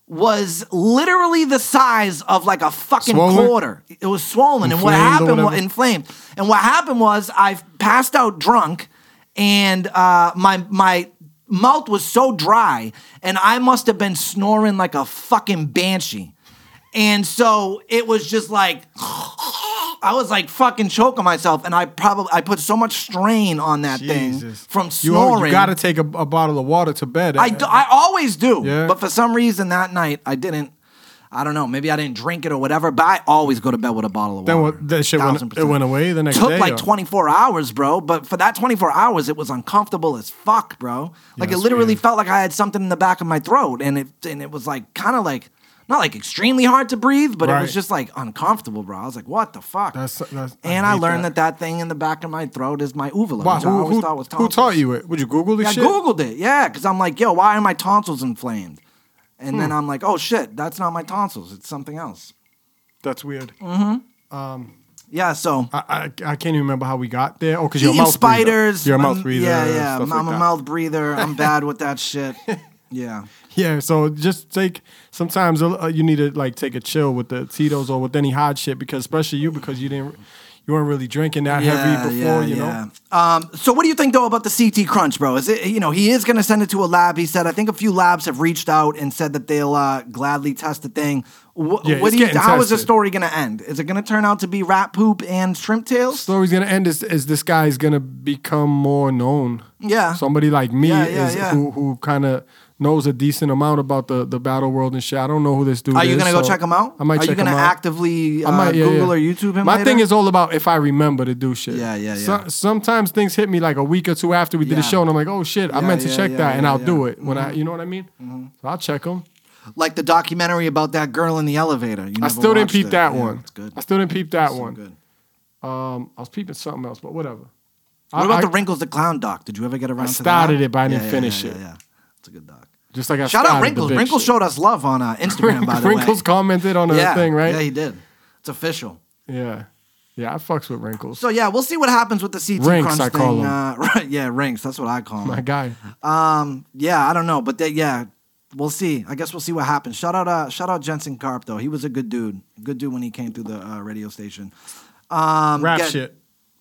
S3: was literally the size of like a fucking
S2: Swollen?
S3: quarter. It was swollen. and what
S2: Inflamed or
S3: happened was
S2: whatever?
S3: inflamed. And what happened was I passed out drunk and uh, my my mouth was so dry and I must have been snoring like a fucking banshee. And so it was just like I was like fucking choking myself, and I probably I put so much strain on that thing
S2: Jesus.
S3: from
S2: You, al-
S3: snoring.
S2: you got to take a, a bottle of water to bed.
S3: I, do- I always do,
S2: uh, Yeah.
S3: but for some reason that night I didn't. I don't know. Maybe I didn't drink it or whatever. But I always go to bed with a bottle of water.
S2: Then what- that shit went-
S3: 1000%.
S2: it went away the next
S3: Took
S2: day,
S3: like
S2: or-
S3: 24 hours, bro. But for that 24 hours, it was uncomfortable as fuck, bro. Like it
S2: that's
S3: literally
S2: weird.
S3: felt like I had something in the back of my throat, and it and it was like kind of like not like extremely hard to breathe, but it
S2: Right.
S3: was just like uncomfortable, bro. I was like, what the fuck?
S2: That's- that's- I
S3: and I,
S2: hate
S3: learned that.
S2: that.
S3: that thing in the back of my throat is my uvula,
S2: Wow,
S3: which I
S2: who,
S3: always
S2: who,
S3: thought was
S2: who
S3: tonsils.
S2: taught you it? Would you Google this
S3: I
S2: shit?
S3: googled it, yeah, because I'm like, yo, why are my tonsils inflamed? And
S2: Hmm.
S3: then I'm like, oh shit, that's not my tonsils, it's something else.
S2: That's weird.
S3: Mm. Yeah, so
S2: I, I, I can't even remember how we got there. Oh, because you're a
S3: eating
S2: Uh, mouth
S3: spiders.
S2: Breather. You're a
S3: I'm-
S2: mouth breather.
S3: Yeah,
S2: and
S3: yeah. I'm
S2: stuff like
S3: a
S2: that.
S3: mouth breather. I'm bad with that shit. Yeah.
S2: Yeah, so just take. Sometimes uh, you need to like take a chill with the Tito's or with any hot shit because especially you because you didn't you weren't really drinking that
S3: yeah,
S2: heavy before.
S3: yeah,
S2: you know,
S3: yeah. Um, so what do you think though about the CT crunch, bro? Is it you know he is going to send it to a lab? He said I think a few labs have reached out and said that they'll uh, gladly test the thing. Wh-
S2: Yeah,
S3: what
S2: it's
S3: do you,
S2: getting
S3: how is the
S2: tested.
S3: story going to end? Is it going to turn out to be rat poop and shrimp tails?
S2: story's gonna end is, is this guy is gonna become more known.
S3: Yeah.
S2: Somebody like me
S3: Yeah, yeah,
S2: is
S3: yeah.
S2: who who kind of knows a decent amount about the the battle world and shit. I don't know who this dude
S3: Are
S2: is.
S3: you going to go
S2: so
S3: check him out?
S2: I might
S3: Are
S2: check
S3: you gonna
S2: him out.
S3: actively uh,
S2: I might yeah,
S3: Google
S2: yeah.
S3: or YouTube him?
S2: My
S3: later?
S2: thing is all about if I remember to do shit.
S3: Yeah, yeah, yeah.
S2: So- sometimes things hit me like a week or two after we did
S3: Yeah.
S2: the show, and I'm like, oh shit, I
S3: Yeah,
S2: meant to
S3: yeah,
S2: check
S3: yeah,
S2: that, and
S3: yeah,
S2: I'll do
S3: yeah. Mm-hmm.
S2: it when I, you know what I mean? So I'll check them.
S3: like the documentary about that girl in the elevator. You
S2: I
S3: never
S2: still didn't
S3: watched
S2: peep
S3: it.
S2: that
S3: Yeah,
S2: one.
S3: It's good.
S2: I still didn't peep that
S3: So
S2: one.
S3: good.
S2: Um, I was peeping something else, but whatever.
S3: What
S2: I,
S3: about
S2: I-
S3: the Wrinkles the Clown doc? Did you ever get around to
S2: started
S3: that?
S2: it, but I didn't
S3: Yeah, yeah,
S2: finish
S3: yeah,
S2: it.
S3: Yeah, yeah. It's a good doc.
S2: Just like I
S3: Shout
S2: started
S3: out
S2: the
S3: Wrinkles.
S2: big
S3: Wrinkles
S2: shit.
S3: showed us love on uh, Instagram, by the way.
S2: Wrinkles commented on
S3: yeah,
S2: a thing,
S3: Yeah,
S2: right?
S3: he did. It's official.
S2: Yeah, yeah, I fucks with Wrinkles.
S3: So yeah, we'll see what happens with the CT
S2: Rinks,
S3: crunch
S2: I
S3: thing.
S2: call him.
S3: uh, right, yeah, rinks. That's what I call him.
S2: Oh My guy.
S3: Um, Yeah, I don't know, but they, yeah, we'll see. I guess we'll see what happens. Shout out, uh, shout out Jensen Carp though. He was a good dude. Good dude when he came through the uh, radio station. Um,
S2: Rap
S3: yeah,
S2: shit.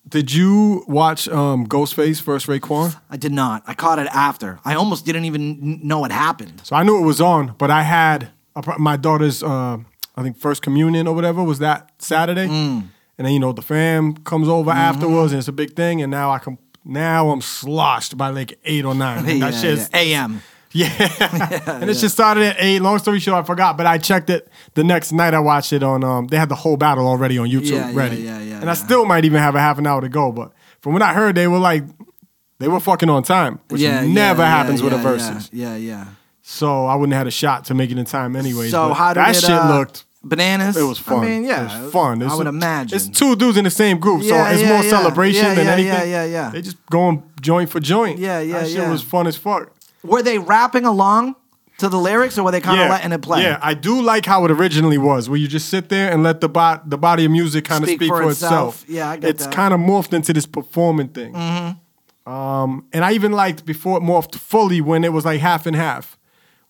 S2: Did you watch um, Ghostface versus Raekwon?
S3: I did not. I caught it after. I almost didn't even n- know it happened.
S2: So I knew it was on, but I had a, pro- my daughter's, uh, I think, first communion or whatever was that Saturday,
S3: Mm.
S2: and then you know the fam comes
S3: Mm-hmm.
S2: over afterwards, and it's a big thing. And now I com- now I'm sloshed by like eight or nine. And that
S3: Yeah,
S2: shit's
S3: yeah. AM.
S2: and it just started at eight. Long story short, I forgot, but I checked it the next night. I watched it on. Um, they had the whole battle already on YouTube,
S3: Yeah, yeah,
S2: ready.
S3: yeah, yeah,
S2: and
S3: yeah.
S2: I still might even have a half an hour to go. But from what I heard, they were like, they were fucking on time, which
S3: yeah,
S2: never
S3: yeah,
S2: happens
S3: yeah,
S2: with
S3: yeah,
S2: a versus.
S3: Yeah, yeah.
S2: So I wouldn't have had a shot to make it in time,
S3: yeah.
S2: anyways.
S3: So
S2: but
S3: how did
S2: that
S3: it,
S2: shit
S3: uh,
S2: looked?
S3: bananas?
S2: It was fun.
S3: I mean, yeah,
S2: it was fun. It's
S3: I would
S2: a-
S3: imagine.
S2: it's two dudes in the same group,
S3: Yeah,
S2: so it's
S3: yeah,
S2: more
S3: yeah.
S2: celebration
S3: Yeah,
S2: than
S3: yeah,
S2: anything.
S3: yeah, yeah, yeah.
S2: They just going joint for joint.
S3: Yeah, yeah,
S2: That shit
S3: yeah.
S2: was fun as fuck.
S3: Were they rapping along to the lyrics, or were they kind of letting it play?
S2: Yeah, I do like how it originally was, where you just sit there and let the bot, the body of music kind of
S3: Speak
S2: speak,
S3: for
S2: for, itself.
S3: itself. Yeah, I get
S2: it's
S3: that. Mm-hmm.
S2: kind of morphed into this performing thing. Um, and I even liked before it morphed fully when it was like half and half,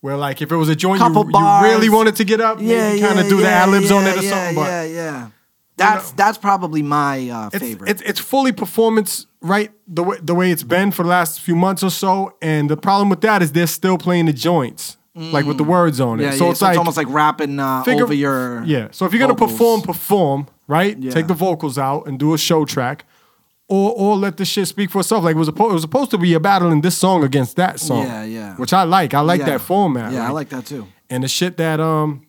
S2: where like if it was a joint,
S3: Couple
S2: you, you really
S3: bars.
S2: wanted to get up,
S3: yeah,
S2: maybe kind of do the
S3: yeah,
S2: ad libs on
S3: yeah,
S2: it or
S3: yeah,
S2: something. But
S3: yeah, yeah. That's that's probably my uh,
S2: it's,
S3: favorite.
S2: It's it's fully performance, right? The way the way it's been for the last few months or so, and the problem with that is they're still playing the joints, like with the words on it.
S3: Mm. yeah,
S2: so
S3: yeah,
S2: it's like
S3: almost like rapping uh,
S2: figure-
S3: over your
S2: yeah. So if you're gonna
S3: vocals.
S2: perform, perform right.
S3: Yeah.
S2: Take the vocals out and do a show track, or or let the shit speak for itself. Like it was supposed it was supposed to be a battle in this song against that song.
S3: Yeah, yeah.
S2: Which I like. I like
S3: Yeah.
S2: that format.
S3: Yeah, I
S2: right?
S3: like that too.
S2: And the shit that um,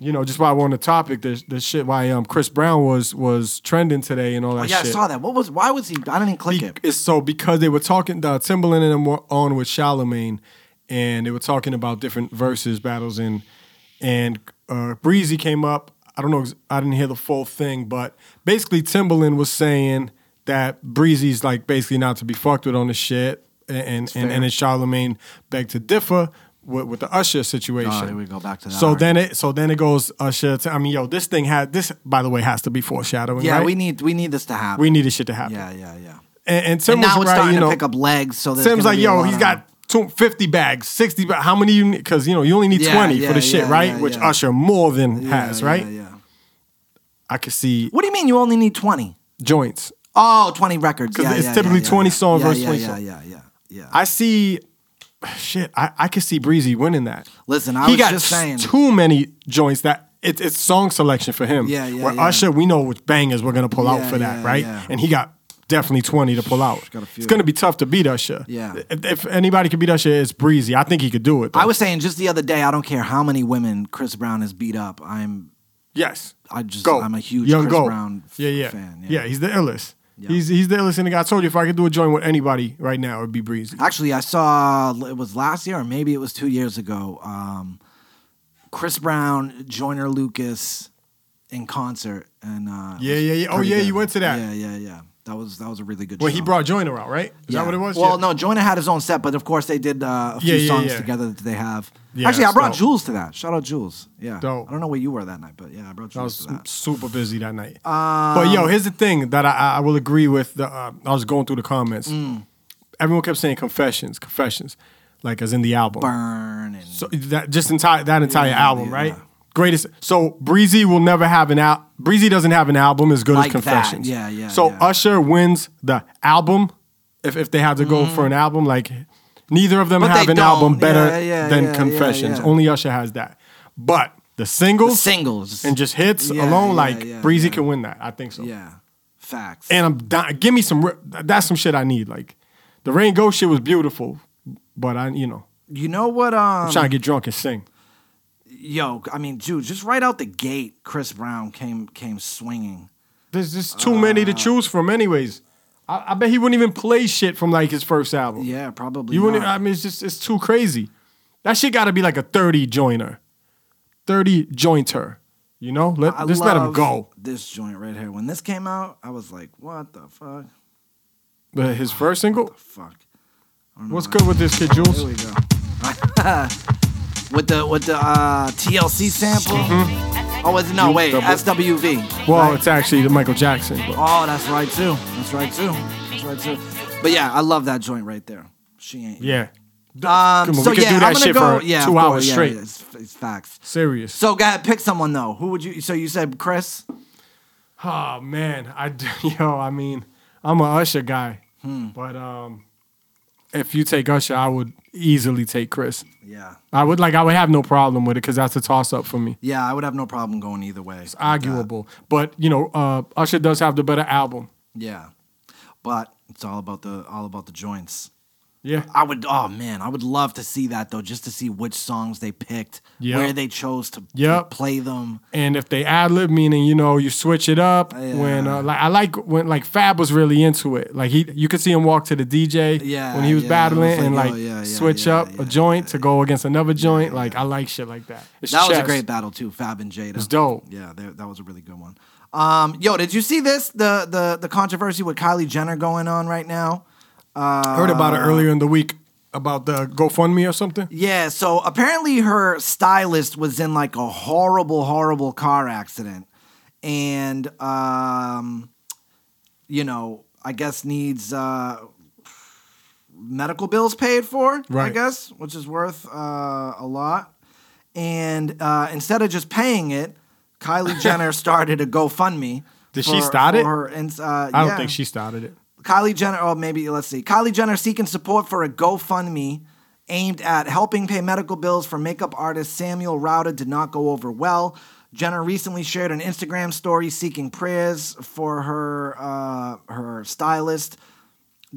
S2: you know, just while we're on the topic, the the shit why um Chris Brown was was trending today and all that.
S3: Oh, yeah,
S2: shit.
S3: I saw that. What was? Why was he? I didn't click
S2: Be-
S3: it.
S2: It's so because they were talking, uh, Timbaland and them were on with Charlemagne, and they were talking about different verses battles, and and uh, Breezy came up. I don't know. ex- I didn't hear the full thing, but basically Timbaland was saying that Breezy's like basically not to be fucked with on the shit, and and and, and then Charlemagne begged to differ. With, with the Usher situation,
S3: Oh, here we go, back to that
S2: So then it, so then it goes Usher. To, I mean, yo, this thing had this. By the way, has to be foreshadowing.
S3: Yeah,
S2: right?
S3: we need we need this to happen.
S2: we need this shit to happen.
S3: yeah, yeah, yeah.
S2: and, and Tim
S3: And
S2: was
S3: now it's
S2: right,
S3: starting
S2: you know,
S3: to pick up legs. So there's
S2: Tim's
S3: gonna
S2: like,
S3: be a
S2: yo,
S3: lot
S2: he's
S3: of-
S2: got two- 50 bags, 60 bags. How many you need? Because, you know, you only need
S3: Yeah,
S2: 20
S3: yeah,
S2: for the shit,
S3: yeah,
S2: right?
S3: yeah,
S2: Which
S3: yeah.
S2: Usher more than
S3: Yeah,
S2: has,
S3: yeah,
S2: right?
S3: yeah.
S2: I could see
S3: What do you mean you only need 20?
S2: joints.
S3: Oh, 20 records.
S2: 'Cause
S3: Yeah,
S2: it's
S3: yeah,
S2: typically
S3: yeah, yeah,
S2: 20
S3: yeah.
S2: song
S3: yeah,
S2: versus
S3: yeah,
S2: 20
S3: yeah,
S2: song.
S3: Yeah, yeah, yeah.
S2: I see, shit, I, I could see Breezy winning that.
S3: Listen, I
S2: he
S3: was
S2: got
S3: just saying.
S2: too many joints that it's it's song selection for him.
S3: Yeah, yeah,
S2: Where
S3: yeah.
S2: Usher, we know which bangers we're gonna pull out
S3: Yeah,
S2: for that,
S3: yeah,
S2: right?
S3: yeah.
S2: And he got definitely twenty to pull out.
S3: got a few.
S2: It's gonna be tough to beat Usher.
S3: Yeah.
S2: If, if anybody could beat Usher, it's Breezy. I think he could do it. though.
S3: I was saying just the other day, I don't care how many women Chris Brown has beat up. I'm
S2: Yes.
S3: I just-
S2: go.
S3: I'm a huge Chris Brown f-
S2: yeah, yeah.
S3: fan, yeah.
S2: Yeah. he's the illest. He's he's the illest in the guy. I told you if I could do a joint with anybody right now, it'd be Breezy.
S3: actually I saw it was last year or maybe it was two years ago. Um, Chris Brown, Joyner Lucas, in concert, and uh, it
S2: Yeah,
S3: was
S2: yeah, yeah. Oh,
S3: pretty
S2: yeah,
S3: good.
S2: you went to that.
S3: Yeah, yeah, yeah. That was that was a really good.
S2: When
S3: show.
S2: he brought Joyner out, right? Is
S3: Yeah.
S2: that what it was?
S3: Well,
S2: Yeah.
S3: no, Joyner had his own set, but of course they did uh, a few
S2: Yeah, yeah,
S3: songs
S2: yeah.
S3: together that they have.
S2: Yeah,
S3: Actually, I
S2: it's
S3: brought
S2: dope.
S3: Jules to that. Shout out Jules. Yeah.
S2: Dope.
S3: I don't know where you were that night, but yeah, I brought
S2: I
S3: Jules
S2: was
S3: to that. Um,
S2: super busy that night. but yo, here's the thing that I, I- I will agree with. The, uh, I was going through the comments.
S3: Mm.
S2: Everyone kept saying confessions, confessions, like as in the album.
S3: Burn and
S2: So that just entire that entire album,
S3: yeah.
S2: right? Greatest. So Breezy will never have an out. Breezy doesn't have an album as good
S3: Like
S2: as
S3: that,
S2: Confessions.
S3: yeah, yeah,
S2: So
S3: yeah.
S2: Usher wins the album if if they had to go for an album. Like neither of them
S3: Mm-hmm. But they
S2: have an
S3: don't.
S2: album better
S3: Yeah, yeah,
S2: than
S3: yeah, yeah,
S2: Confessions.
S3: yeah.
S2: Only Usher has that. But the singles,
S3: The singles.
S2: and just hits
S3: Yeah,
S2: alone,
S3: yeah,
S2: like
S3: yeah,
S2: Breezy
S3: yeah.
S2: can win that. I think so.
S3: yeah, facts.
S2: And I'm di- give me some. ri- That's some shit I need. Like the Rain Go shit was beautiful, but I you know
S3: you know what?
S2: I'm
S3: Um,
S2: trying to get drunk and sing.
S3: yo, I mean, dude, just right out the gate, Chris Brown came came swinging.
S2: There's just too many
S3: Uh.
S2: to choose from, anyways. I, I bet he wouldn't even play shit from like his first album.
S3: Yeah, probably.
S2: you wouldn't.
S3: not.
S2: I mean, it's just it's too crazy. That shit got to be like a thirty joiner, thirty jointer. You know, let
S3: I
S2: just let him
S3: love
S2: go.
S3: This joint right here. When this came out, I was like, what the fuck?
S2: But his first single.
S3: Fuck.
S2: What's good with this kid,
S3: Here
S2: Jules?
S3: we go. with the with the uh, TLC sample. Oh, was it, no, wait, SWV.
S2: Well, it's actually the Michael Jackson. But
S3: Oh, that's right too. That's right too. That's right too. But yeah, I love that joint right there. She ain't.
S2: yeah,
S3: Um,
S2: Come on, we
S3: so
S2: could
S3: yeah,
S2: do that
S3: I'm gonna
S2: shit
S3: go.
S2: for
S3: yeah,
S2: two
S3: of
S2: hours
S3: course, yeah,
S2: straight.
S3: yeah, it's, it's facts.
S2: serious.
S3: So, go ahead, pick someone though. Who would you? So you said Chris.
S2: Oh man, I do, yo, I mean, I'm a Usher guy,
S3: Hmm.
S2: but um, if you take Usher, I would easily take Chris.
S3: Yeah.
S2: I would like I would have no problem with it because that's a toss up for me.
S3: Yeah, I would have no problem going either way. It's
S2: Arguable, but you know, uh, Usher does have the better album.
S3: Yeah, but it's all about the all about the joints.
S2: Yeah,
S3: I would. Oh man, I would love to see that though, just to see which songs they picked,
S2: Yep.
S3: where they chose to, to
S2: Yep.
S3: play them.
S2: and if they ad lib, meaning you know you switch it up when uh, like I like when like Fab was really into it. Like he, you could see him walk to the DJ
S3: Yeah,
S2: when he was
S3: yeah,
S2: battling
S3: it was
S2: and
S3: like,
S2: like
S3: yo, yeah, yeah,
S2: switch
S3: yeah,
S2: up
S3: yeah,
S2: a joint to go against another joint. Like I like shit like that. It's
S3: That was a
S2: chess.
S3: great battle too, Fab and Jada. It
S2: was dope.
S3: Yeah, they- that was a really good one. Um, yo, did you see this? The the the controversy with Kylie Jenner going on right now.
S2: I heard about it earlier in the week about the GoFundMe or something.
S3: Yeah, so apparently her stylist was in like a horrible, horrible car accident. And, um, you know, I guess needs uh, medical bills paid for, I
S2: Right.
S3: guess, which is worth uh, a lot. And uh, instead of just paying it, Kylie Jenner started a GoFundMe.
S2: Did she start it?
S3: for Her, ins- uh,
S2: I don't
S3: yeah.
S2: think she started it.
S3: Kylie Jenner, oh, maybe let's see. Kylie Jenner seeking support for a GoFundMe aimed at helping pay medical bills for makeup artist Samuel Rauta did not go over well. Jenner recently shared an Instagram story seeking prayers for her uh, her stylist,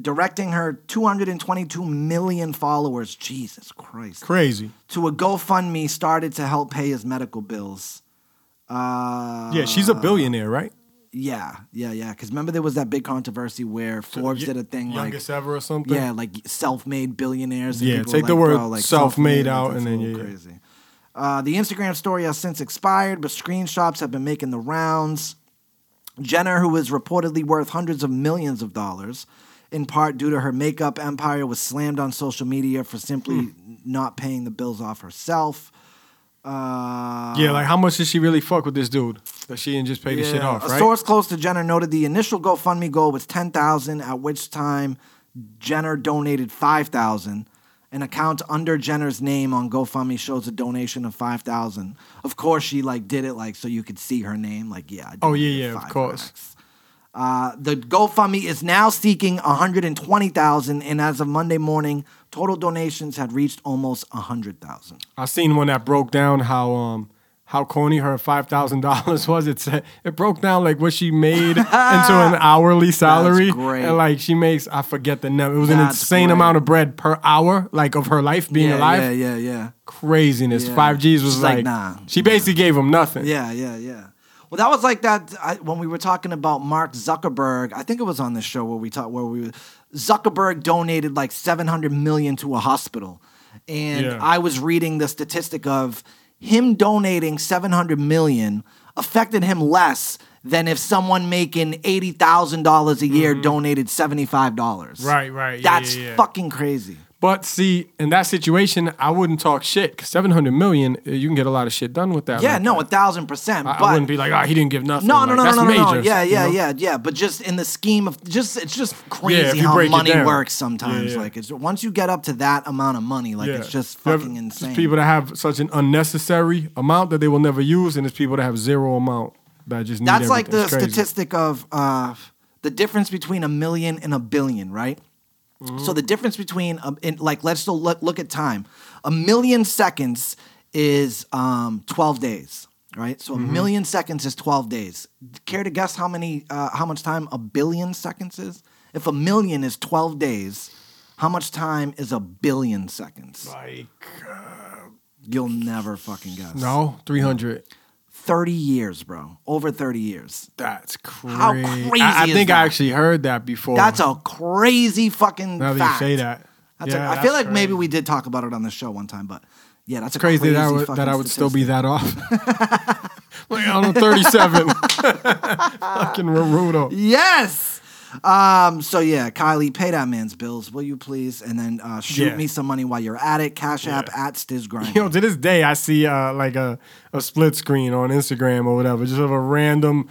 S3: directing her 222 million followers. Jesus Christ
S2: Crazy.
S3: to a GoFundMe started to help pay his medical bills. Uh,
S2: yeah, she's a billionaire, right?
S3: yeah, yeah, yeah. Because remember, there was that big controversy where Forbes did a thing like,
S2: youngest ever or something.
S3: yeah, like self-made billionaires. and
S2: Yeah,
S3: people were
S2: take the
S3: like,
S2: word
S3: "Bro, like,
S2: self-made out
S3: that's
S2: and
S3: a
S2: then,
S3: little
S2: yeah, yeah.
S3: crazy. Uh, the Instagram story has since expired, but screenshots have been making the rounds. Jenner, who is reportedly worth hundreds of millions of dollars, in part due to her makeup empire, was slammed on social media for simply
S2: Hmm.
S3: not paying the bills off herself. Uh,
S2: Yeah, like how much did she really fuck with this dude that she didn't just pay this shit
S3: yeah.
S2: off,
S3: A
S2: right?
S3: source close to Jenner noted the initial GoFundMe goal was ten thousand, at which time Jenner donated five thousand. An account under Jenner's name on GoFundMe shows a donation of five thousand. Of course, she like did it like so you could see her name. Like, yeah. I
S2: Oh, yeah,
S3: donated
S2: yeah, of
S3: five
S2: course.
S3: racks. Uh, the GoFundMe is now seeking one hundred and twenty thousand, and as of Monday morning, total donations had reached almost hundred thousand.
S2: I seen one that broke down how um how corny her five thousand dollars was. It said it broke down like what she made into an hourly salary,
S3: great.
S2: and like she makes I forget the number. It was an
S3: That's
S2: insane
S3: great.
S2: amount of bread per hour, like of her life being
S3: yeah,
S2: alive.
S3: yeah, yeah, yeah.
S2: Craziness.
S3: Yeah.
S2: Five G's was
S3: She's like,
S2: like,
S3: nah.
S2: She basically gave him nothing.
S3: Yeah, yeah, yeah. Well, that was like that I, when we were talking about Mark Zuckerberg. I think it was on this show where we talked where we Zuckerberg donated like 700 million to a hospital, and
S2: Yeah.
S3: I was reading the statistic of him donating 700 million affected him less than if someone making eighty thousand dollars a year donated seventy five dollars.
S2: Mm-hmm. Right, right. Yeah,
S3: That's
S2: yeah, yeah.
S3: fucking crazy.
S2: But see, in that situation, I wouldn't talk shit. Cause Seven hundred million, uh, you can get a lot of shit done with that.
S3: Yeah,
S2: Like,
S3: no, a thousand percent.
S2: I, I
S3: but
S2: wouldn't be like, oh, he didn't give nothing.
S3: No,
S2: Like,
S3: no, no,
S2: that's
S3: no, no, no,
S2: major,
S3: no. Yeah,
S2: you
S3: yeah,
S2: know?
S3: yeah, yeah. But just in the scheme of just, it's just crazy
S2: you
S3: how
S2: break it
S3: money
S2: down.
S3: works sometimes.
S2: Yeah, yeah.
S3: Like it's once you get up to that amount of money, like
S2: Yeah.
S3: it's just
S2: You have
S3: fucking insane.
S2: Just people that have such an unnecessary amount that they will never use, and it's people that have zero amount that just need
S3: That's like
S2: everything.
S3: the
S2: It's crazy.
S3: statistic of uh, the difference between a million and a billion, right? So the difference between, um, in, like, let's still look, look at time. A million seconds is um, 12 days, right? So
S2: Mm-hmm.
S3: a million seconds is 12 days. Care to guess how many, uh, how much time a billion seconds is? If a million is 12 days, how much time is a billion seconds?
S2: Like,
S3: You'll never fucking guess.
S2: no, three hundred.
S3: 30 years, bro. Over 30 years.
S2: That's crazy.
S3: How crazy
S2: I, I
S3: is
S2: think
S3: that?
S2: I actually heard that before.
S3: That's a crazy fucking
S2: now that
S3: fact.
S2: you say that.
S3: That's
S2: Yeah,
S3: a, I feel
S2: that's
S3: like maybe
S2: crazy.
S3: we did talk about it on the show one time, but yeah, that's a
S2: crazy,
S3: crazy,
S2: that I would,
S3: fucking
S2: that I would still be
S3: statistic.
S2: that off. like I'm 37. Fucking Naruto.
S3: Yes. Um. So yeah, Kylie, pay that man's bills, will you please? And then uh, shoot
S2: Yeah.
S3: me some money while you're at it. Cash App
S2: Yeah.
S3: at Stiz Grind.
S2: Yo, to this day, I see uh, like a, a split screen on Instagram or whatever, just of a random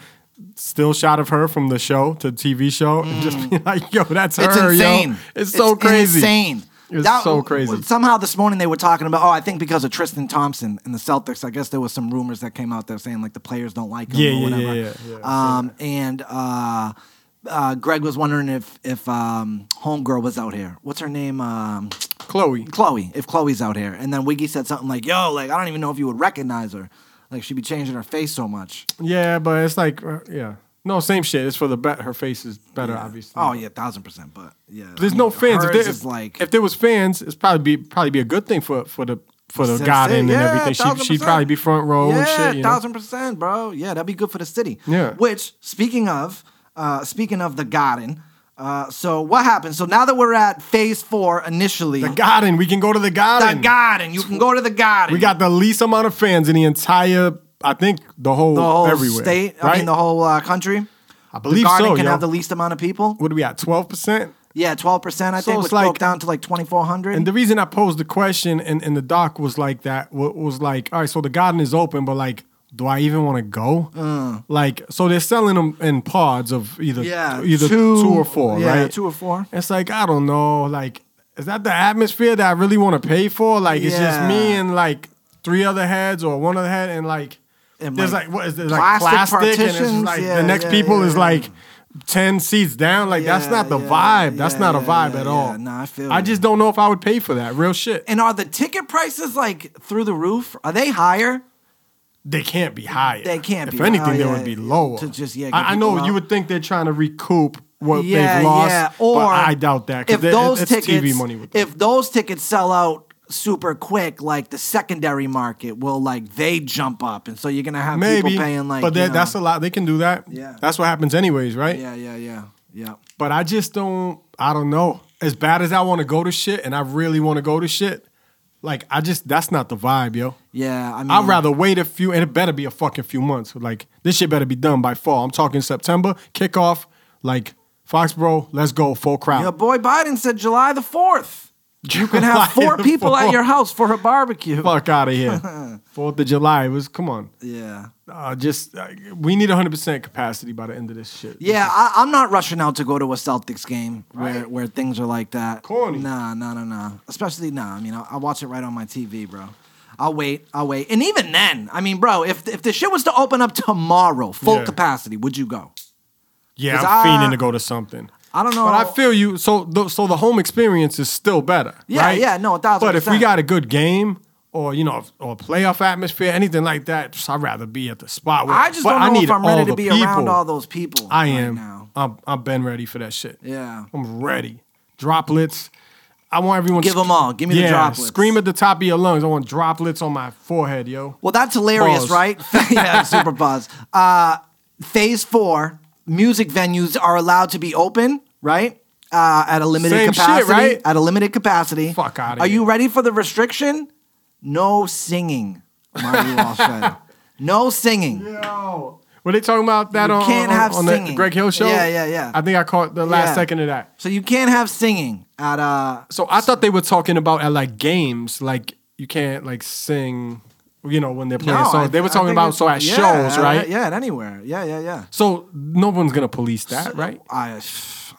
S2: still shot of her from the show to TV show, and just be like, "Yo, that's
S3: Mm. it's
S2: her." yo.
S3: insane.
S2: It's so crazy.
S3: Insane.
S2: It's so crazy.
S3: Somehow this morning they were talking about. Oh, I think because of Tristan Thompson and the Celtics. I guess there was some rumors that came out there saying like the players don't like him
S2: Yeah,
S3: or
S2: yeah,
S3: whatever.
S2: yeah, yeah, yeah, I've
S3: um, and uh, uh, Greg was wondering if if um, homegirl was out here. What's her name? Um,
S2: Chloe.
S3: Chloe. If Chloe's out here, and then Wiggy said something like, "Yo, like I don't even know if you would recognize her. Like she'd be changing her face so much."
S2: Yeah, but it's like, uh, yeah, no, same shit. It's for the bet. Her face is better, obviously.
S3: Oh yeah, thousand percent. But yeah,
S2: There's
S3: I
S2: no
S3: mean,
S2: fans. If
S3: hers
S2: there,
S3: is like
S2: if there was fans, it's probably be probably be a good thing for for the for the
S3: Say-
S2: garden
S3: say-
S2: and
S3: yeah,
S2: everything. She
S3: 1000%.
S2: she'd probably be front row
S3: yeah,
S2: and shit. You know?
S3: thousand percent, bro. Yeah, that'd be good for the city.
S2: Yeah.
S3: Which, speaking of, uh, speaking of the garden, uh, so what happened? So now that we're at phase four initially,
S2: The garden. We can go to the
S3: the
S2: garden.
S3: garden, you can go to the garden.
S2: We got the least amount of fans in the entire. I think the whole,
S3: the whole
S2: everywhere,
S3: state.
S2: Right?
S3: I mean, the whole uh, country.
S2: I
S3: the
S2: believe
S3: garden
S2: so.
S3: can
S2: yo.
S3: have the least amount of people.
S2: what do we at? Twelve percent.
S3: Yeah, twelve percent. I
S2: So
S3: think
S2: it's
S3: which broke
S2: like-
S3: down to like twenty four
S2: And
S3: hundred.
S2: the reason I posed the question and, and the doc was like that wa- was like, all right, so the garden is open, but like, do I even want to go? Like, so they're selling them in pods of either
S3: Mm. Yeah,
S2: either
S3: two-
S2: two, or four,
S3: yeah,
S2: right?
S3: two or four.
S2: It's like I don't know, like, is that the atmosphere that I really want to pay for? Like, it's just
S3: Yeah.
S2: me and like three other heads or one other head, and like,
S3: And,
S2: there's
S3: like,
S2: like what is there like
S3: plastic
S2: plastic, and it's just
S3: partitions?
S2: like
S3: Yeah,
S2: the next
S3: yeah,
S2: people
S3: yeah,
S2: is
S3: yeah.
S2: like. 10 seats down like that's
S3: Yeah,
S2: not the
S3: yeah,
S2: vibe that's
S3: yeah,
S2: not a
S3: yeah,
S2: vibe
S3: yeah,
S2: at
S3: yeah.
S2: all
S3: Nah, I feel
S2: i
S3: you.
S2: just don't know if i would pay for that real shit
S3: And are the ticket prices like through the roof? Are they higher?
S2: they can't be higher.
S3: They can't
S2: if
S3: be.
S2: If anything,
S3: Oh,
S2: they
S3: yeah,
S2: would be
S3: yeah.
S2: lower.
S3: To just, yeah, get
S2: I, I know
S3: people
S2: you
S3: out.
S2: would think they're trying to recoup what
S3: yeah,
S2: they've lost.
S3: yeah.
S2: but
S3: Or
S2: I doubt that. 'cause
S3: If
S2: they- it-
S3: those
S2: it's
S3: tickets,
S2: TV money. With them.
S3: if those tickets sell out super quick, like the secondary market will like they jump up, and so you're gonna have
S2: maybe,
S3: people paying like.
S2: but
S3: you
S2: that-
S3: know-
S2: that's a lot. They can do that.
S3: Yeah.
S2: that's what happens anyways, right?
S3: Yeah, yeah, yeah, yeah.
S2: But I just don't. I don't know. As bad as I want to go to shit, and I really want to go to shit, like I just that's not the vibe, yo.
S3: Yeah, I mean,
S2: I'd rather wait a few, and it better be a fucking few months. Like this shit better be done by fall. I'm talking September kickoff. Like Foxborough, let's go full crowd.
S3: Your boy Biden said July the fourth. You can have
S2: July
S3: four
S2: the
S3: people at
S2: 4th.
S3: your house for a barbecue.
S2: fuck out of here. Fourth of July was come on.
S3: Yeah.
S2: Uh, just uh, we need 100 percent capacity by the end of this shit.
S3: Yeah, I, I'm not rushing out to go to a Celtics game where, where things are like that.
S2: Corny.
S3: Nah, nah, nah, nah. Especially nah. I mean, I, I watch it right on my TV, bro. I'll wait. I'll wait. And even then, I mean, bro, if if the shit was to open up tomorrow, full
S2: Yeah.
S3: capacity, would you go?
S2: yeah,
S3: 'Cause
S2: I'm
S3: I-
S2: feeling to go to something.
S3: I don't know.
S2: But I feel you. So, th- so the home experience is still better.
S3: Yeah,
S2: right?
S3: yeah, no, a thousand
S2: But if we
S3: percent.
S2: got a good game, or you know, or playoff atmosphere, anything like that. Just, I'd rather be at the spot. Where,
S3: I just
S2: but
S3: don't know
S2: need
S3: if I'm
S2: all
S3: ready to
S2: the
S3: be
S2: people.
S3: around all those people.
S2: I
S3: right
S2: am.
S3: now.
S2: I'm, I've been ready for that shit.
S3: Yeah.
S2: I'm ready. Droplets. I want everyone.
S3: Give 'em all. Give me the
S2: yeah,
S3: droplets.
S2: Scream at the top of your lungs. I want droplets on my forehead, yo.
S3: Well, that's hilarious,
S2: Pause.
S3: right? yeah, super pause. Uh, phase four: music venues are allowed to be open, right? Uh, at a limited
S2: Same shit,
S3: capacity.
S2: right?
S3: At a limited capacity.
S2: Fuck outta
S3: Are
S2: here.
S3: you ready for the restriction? No singing. Mario Walsh. No singing.
S2: Were they talking about that
S3: You
S2: on,
S3: can't
S2: on-
S3: have
S2: on the
S3: singing.
S2: Greg Hill show?
S3: Yeah, yeah, yeah.
S2: I think I caught the last
S3: Yeah.
S2: second of that.
S3: So you can't have singing at uh
S2: So I thought they were talking about at like games, like you can't like sing, you know, when they're playing
S3: No,
S2: songs.
S3: I-
S2: they were
S3: I
S2: talking
S3: think
S2: about
S3: it's-
S2: so at
S3: yeah,
S2: shows,
S3: at-
S2: right?
S3: Yeah, at anywhere. Yeah, yeah, yeah.
S2: So no one's gonna police that, right?
S3: I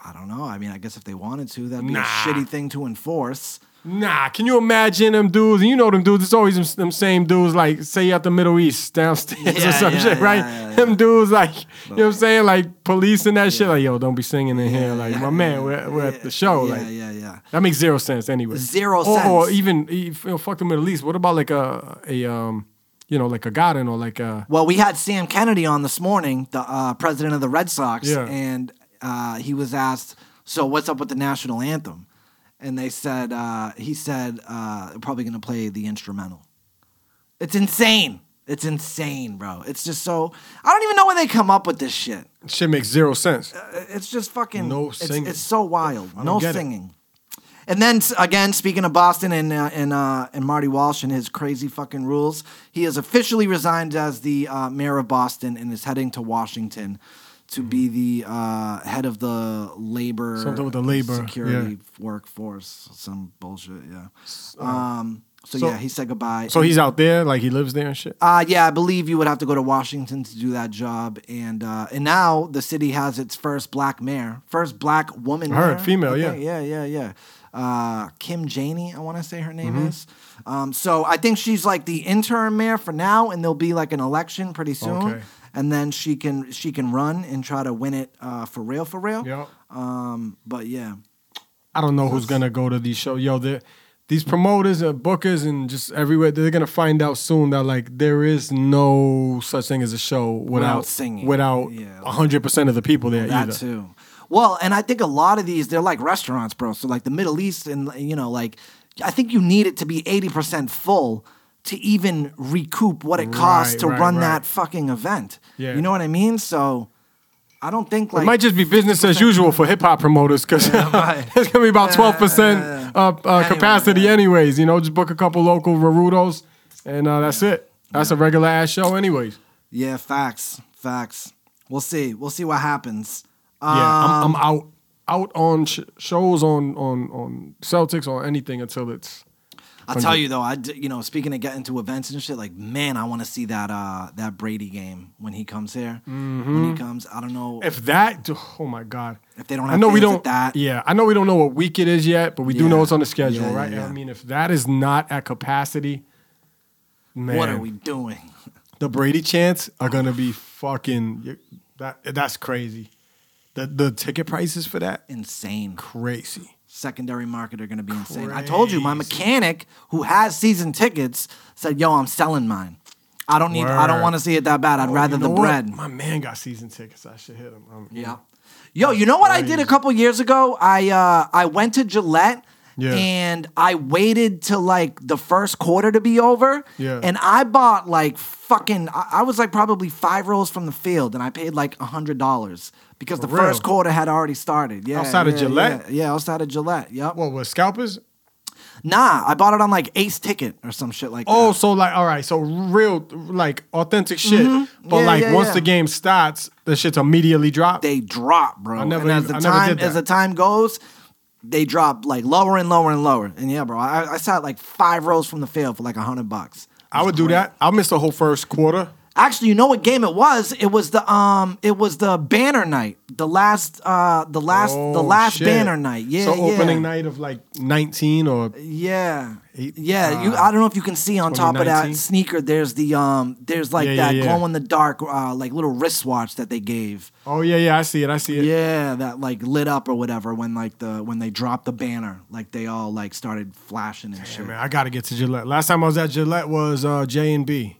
S3: I don't know. I mean, I guess if they wanted to, that'd be
S2: Nah.
S3: a shitty thing to enforce.
S2: Nah, can you imagine them dudes? And you know them dudes. It's always them, them same dudes. Like say you're at the Middle East downstairs
S3: Yeah,
S2: or some
S3: yeah,
S2: shit,
S3: yeah,
S2: right?
S3: yeah, yeah.
S2: Them dudes like you know what I'm saying, like policing that shit. Like yo, don't be singing in here. Like my man, we're, we're at the show.
S3: yeah,
S2: like
S3: yeah, yeah.
S2: that makes zero sense anyway.
S3: Zero
S2: or, Or
S3: sense.
S2: even e, you know, fuck the Middle East. What about like a a um you know like a garden or like a
S3: Well, we had Sam Kennedy on this morning, the uh, president of the Red Sox,
S2: Yeah.
S3: and uh, he was asked, "So what's up with the national anthem?" And they said, uh, "He said uh, they're probably going to play the instrumental." It's insane. It's insane, bro. It's just so I don't even know where they come up with this shit.
S2: shit makes zero sense.
S3: It's just fucking
S2: No
S3: it's-
S2: singing.
S3: It's, so wild. No
S2: get it.
S3: singing. And then s- again, speaking of Boston and uh, and uh, and Marty Walsh and his crazy fucking rules, he has officially resigned as the uh, mayor of Boston and is heading to Washington to be the uh, head of the labor
S2: Mm-hmm. Something with the labor,
S3: security workforce, some bullshit. Yeah. um. So,
S2: uh, so-
S3: yeah, he said goodbye.
S2: So he's out there, like he lives there and shit.
S3: Uh, yeah, I believe you would have to go to Washington to do that job, and uh, and now the city has its first black mayor, first black woman.
S2: I heard,
S3: mayor,
S2: female,
S3: I
S2: yeah.
S3: think. yeah, yeah, yeah. Uh, Kim Janey, I want to say her name
S2: Mm-hmm.
S3: is. Um, so I think she's like the interim mayor for now, and there'll be like an election pretty soon,
S2: Okay.
S3: and then she can she can run and try to win it uh, for real, for real.
S2: Yo,
S3: Um, but yeah,
S2: I don't know who's gonna go to these shows. Yo, the- these promoters and bookers and just everywhere, they're gonna find out soon that like there is no such thing as a show without,
S3: singing.
S2: without
S3: Yeah.
S2: hundred percent of the people there
S3: that
S2: either.
S3: too. Well, and I think a lot of these they're like restaurants, bro. So like the Middle East and you know like I think you need it to be 80% full to even recoup what it costs
S2: Right,
S3: to
S2: right,
S3: run
S2: right.
S3: that fucking event.
S2: Yeah.
S3: You know what I mean? So I don't think like
S2: it might just be business as usual for hip hop promoters because it's gonna be about twelve percent uh, uh, capacity, anyways. You know, just book a couple local Rarudos and uh, that's it. That's a regular ass show, anyways.
S3: Yeah, facts. Facts. We'll see. We'll see what happens. Uh,
S2: Yeah, I'm, I'm out out on sh- shows on on on Celtics or anything until it's
S3: I'll tell you though, I d- you know speaking of getting to events and shit, like man, I want to see that uh that Brady game when he comes here. When he comes, I don't know.
S2: Mm-hmm. if that. Oh my god!
S3: If they don't
S2: I
S3: have
S2: know we
S3: fans at
S2: don't.
S3: that.
S2: Yeah, I know we don't know what week it is yet, but we do
S3: Yeah.
S2: know it's on the schedule,
S3: Yeah, yeah,
S2: right?
S3: yeah.
S2: I mean, if that is not at capacity, man,
S3: what are we doing?
S2: the Brady chants are gonna be fucking that. That's crazy. The the ticket prices for that
S3: Insane.
S2: crazy.
S3: secondary market are going to be insane. I told you, my mechanic who has season tickets said, "Yo, I'm selling mine. I don't need. I don't
S2: Word.
S3: want to see it that bad. I'd
S2: Oh,
S3: rather
S2: you
S3: the
S2: know what?
S3: bread."
S2: My man got season tickets. I should hit him. Um, I'm-
S3: Yeah. Yo, you know what I did a couple years ago? I uh, I went to Gillette.
S2: Yeah.
S3: And I waited till like the first quarter to be over.
S2: Yeah.
S3: And I bought like fucking, I, I was like probably five rows from the field and I paid like a $100 because the
S2: For real?
S3: first quarter had already started. Yeah.
S2: Outside of
S3: yeah,
S2: Gillette?
S3: Yeah, yeah, outside of Gillette. Yep.
S2: What was scalpers?
S3: Nah, I bought it on like Ace Ticket or some shit like
S2: Oh,
S3: that.
S2: so like, all right, so real, like authentic shit. But
S3: Mm-hmm. Yeah,
S2: like,
S3: yeah,
S2: once
S3: yeah.
S2: the game starts, the shit's immediately dropped.
S3: they drop, bro.
S2: I never
S3: and as
S2: even-
S3: the
S2: I never
S3: time
S2: did that.
S3: as the time goes, they drop like lower and lower and lower. And yeah, bro, I, I sat like five rows from the field for like a hundred bucks.
S2: I would do that. I'll miss the whole first quarter.
S3: Actually, you know what game it was? It was the um, it was the banner night. The last uh, the last the
S2: Oh,
S3: last
S2: shit.
S3: banner night. Yeah,
S2: So
S3: yeah.
S2: opening night of like 19 or
S3: Yeah,
S2: Eight-
S3: yeah. you,
S2: uh,
S3: I don't know if you can see on top of that
S2: 2019?
S3: sneaker. There's the um, there's like
S2: Yeah, yeah,
S3: that
S2: yeah.
S3: glow in the dark, uh, like little wristwatch that they gave.
S2: oh yeah yeah I see it I see it.
S3: Yeah, that like lit up or whatever when like the when they dropped the banner, like they all like started flashing and shit.
S2: Man, I gotta get to Gillette. Last time I was at Gillette was uh, J and B.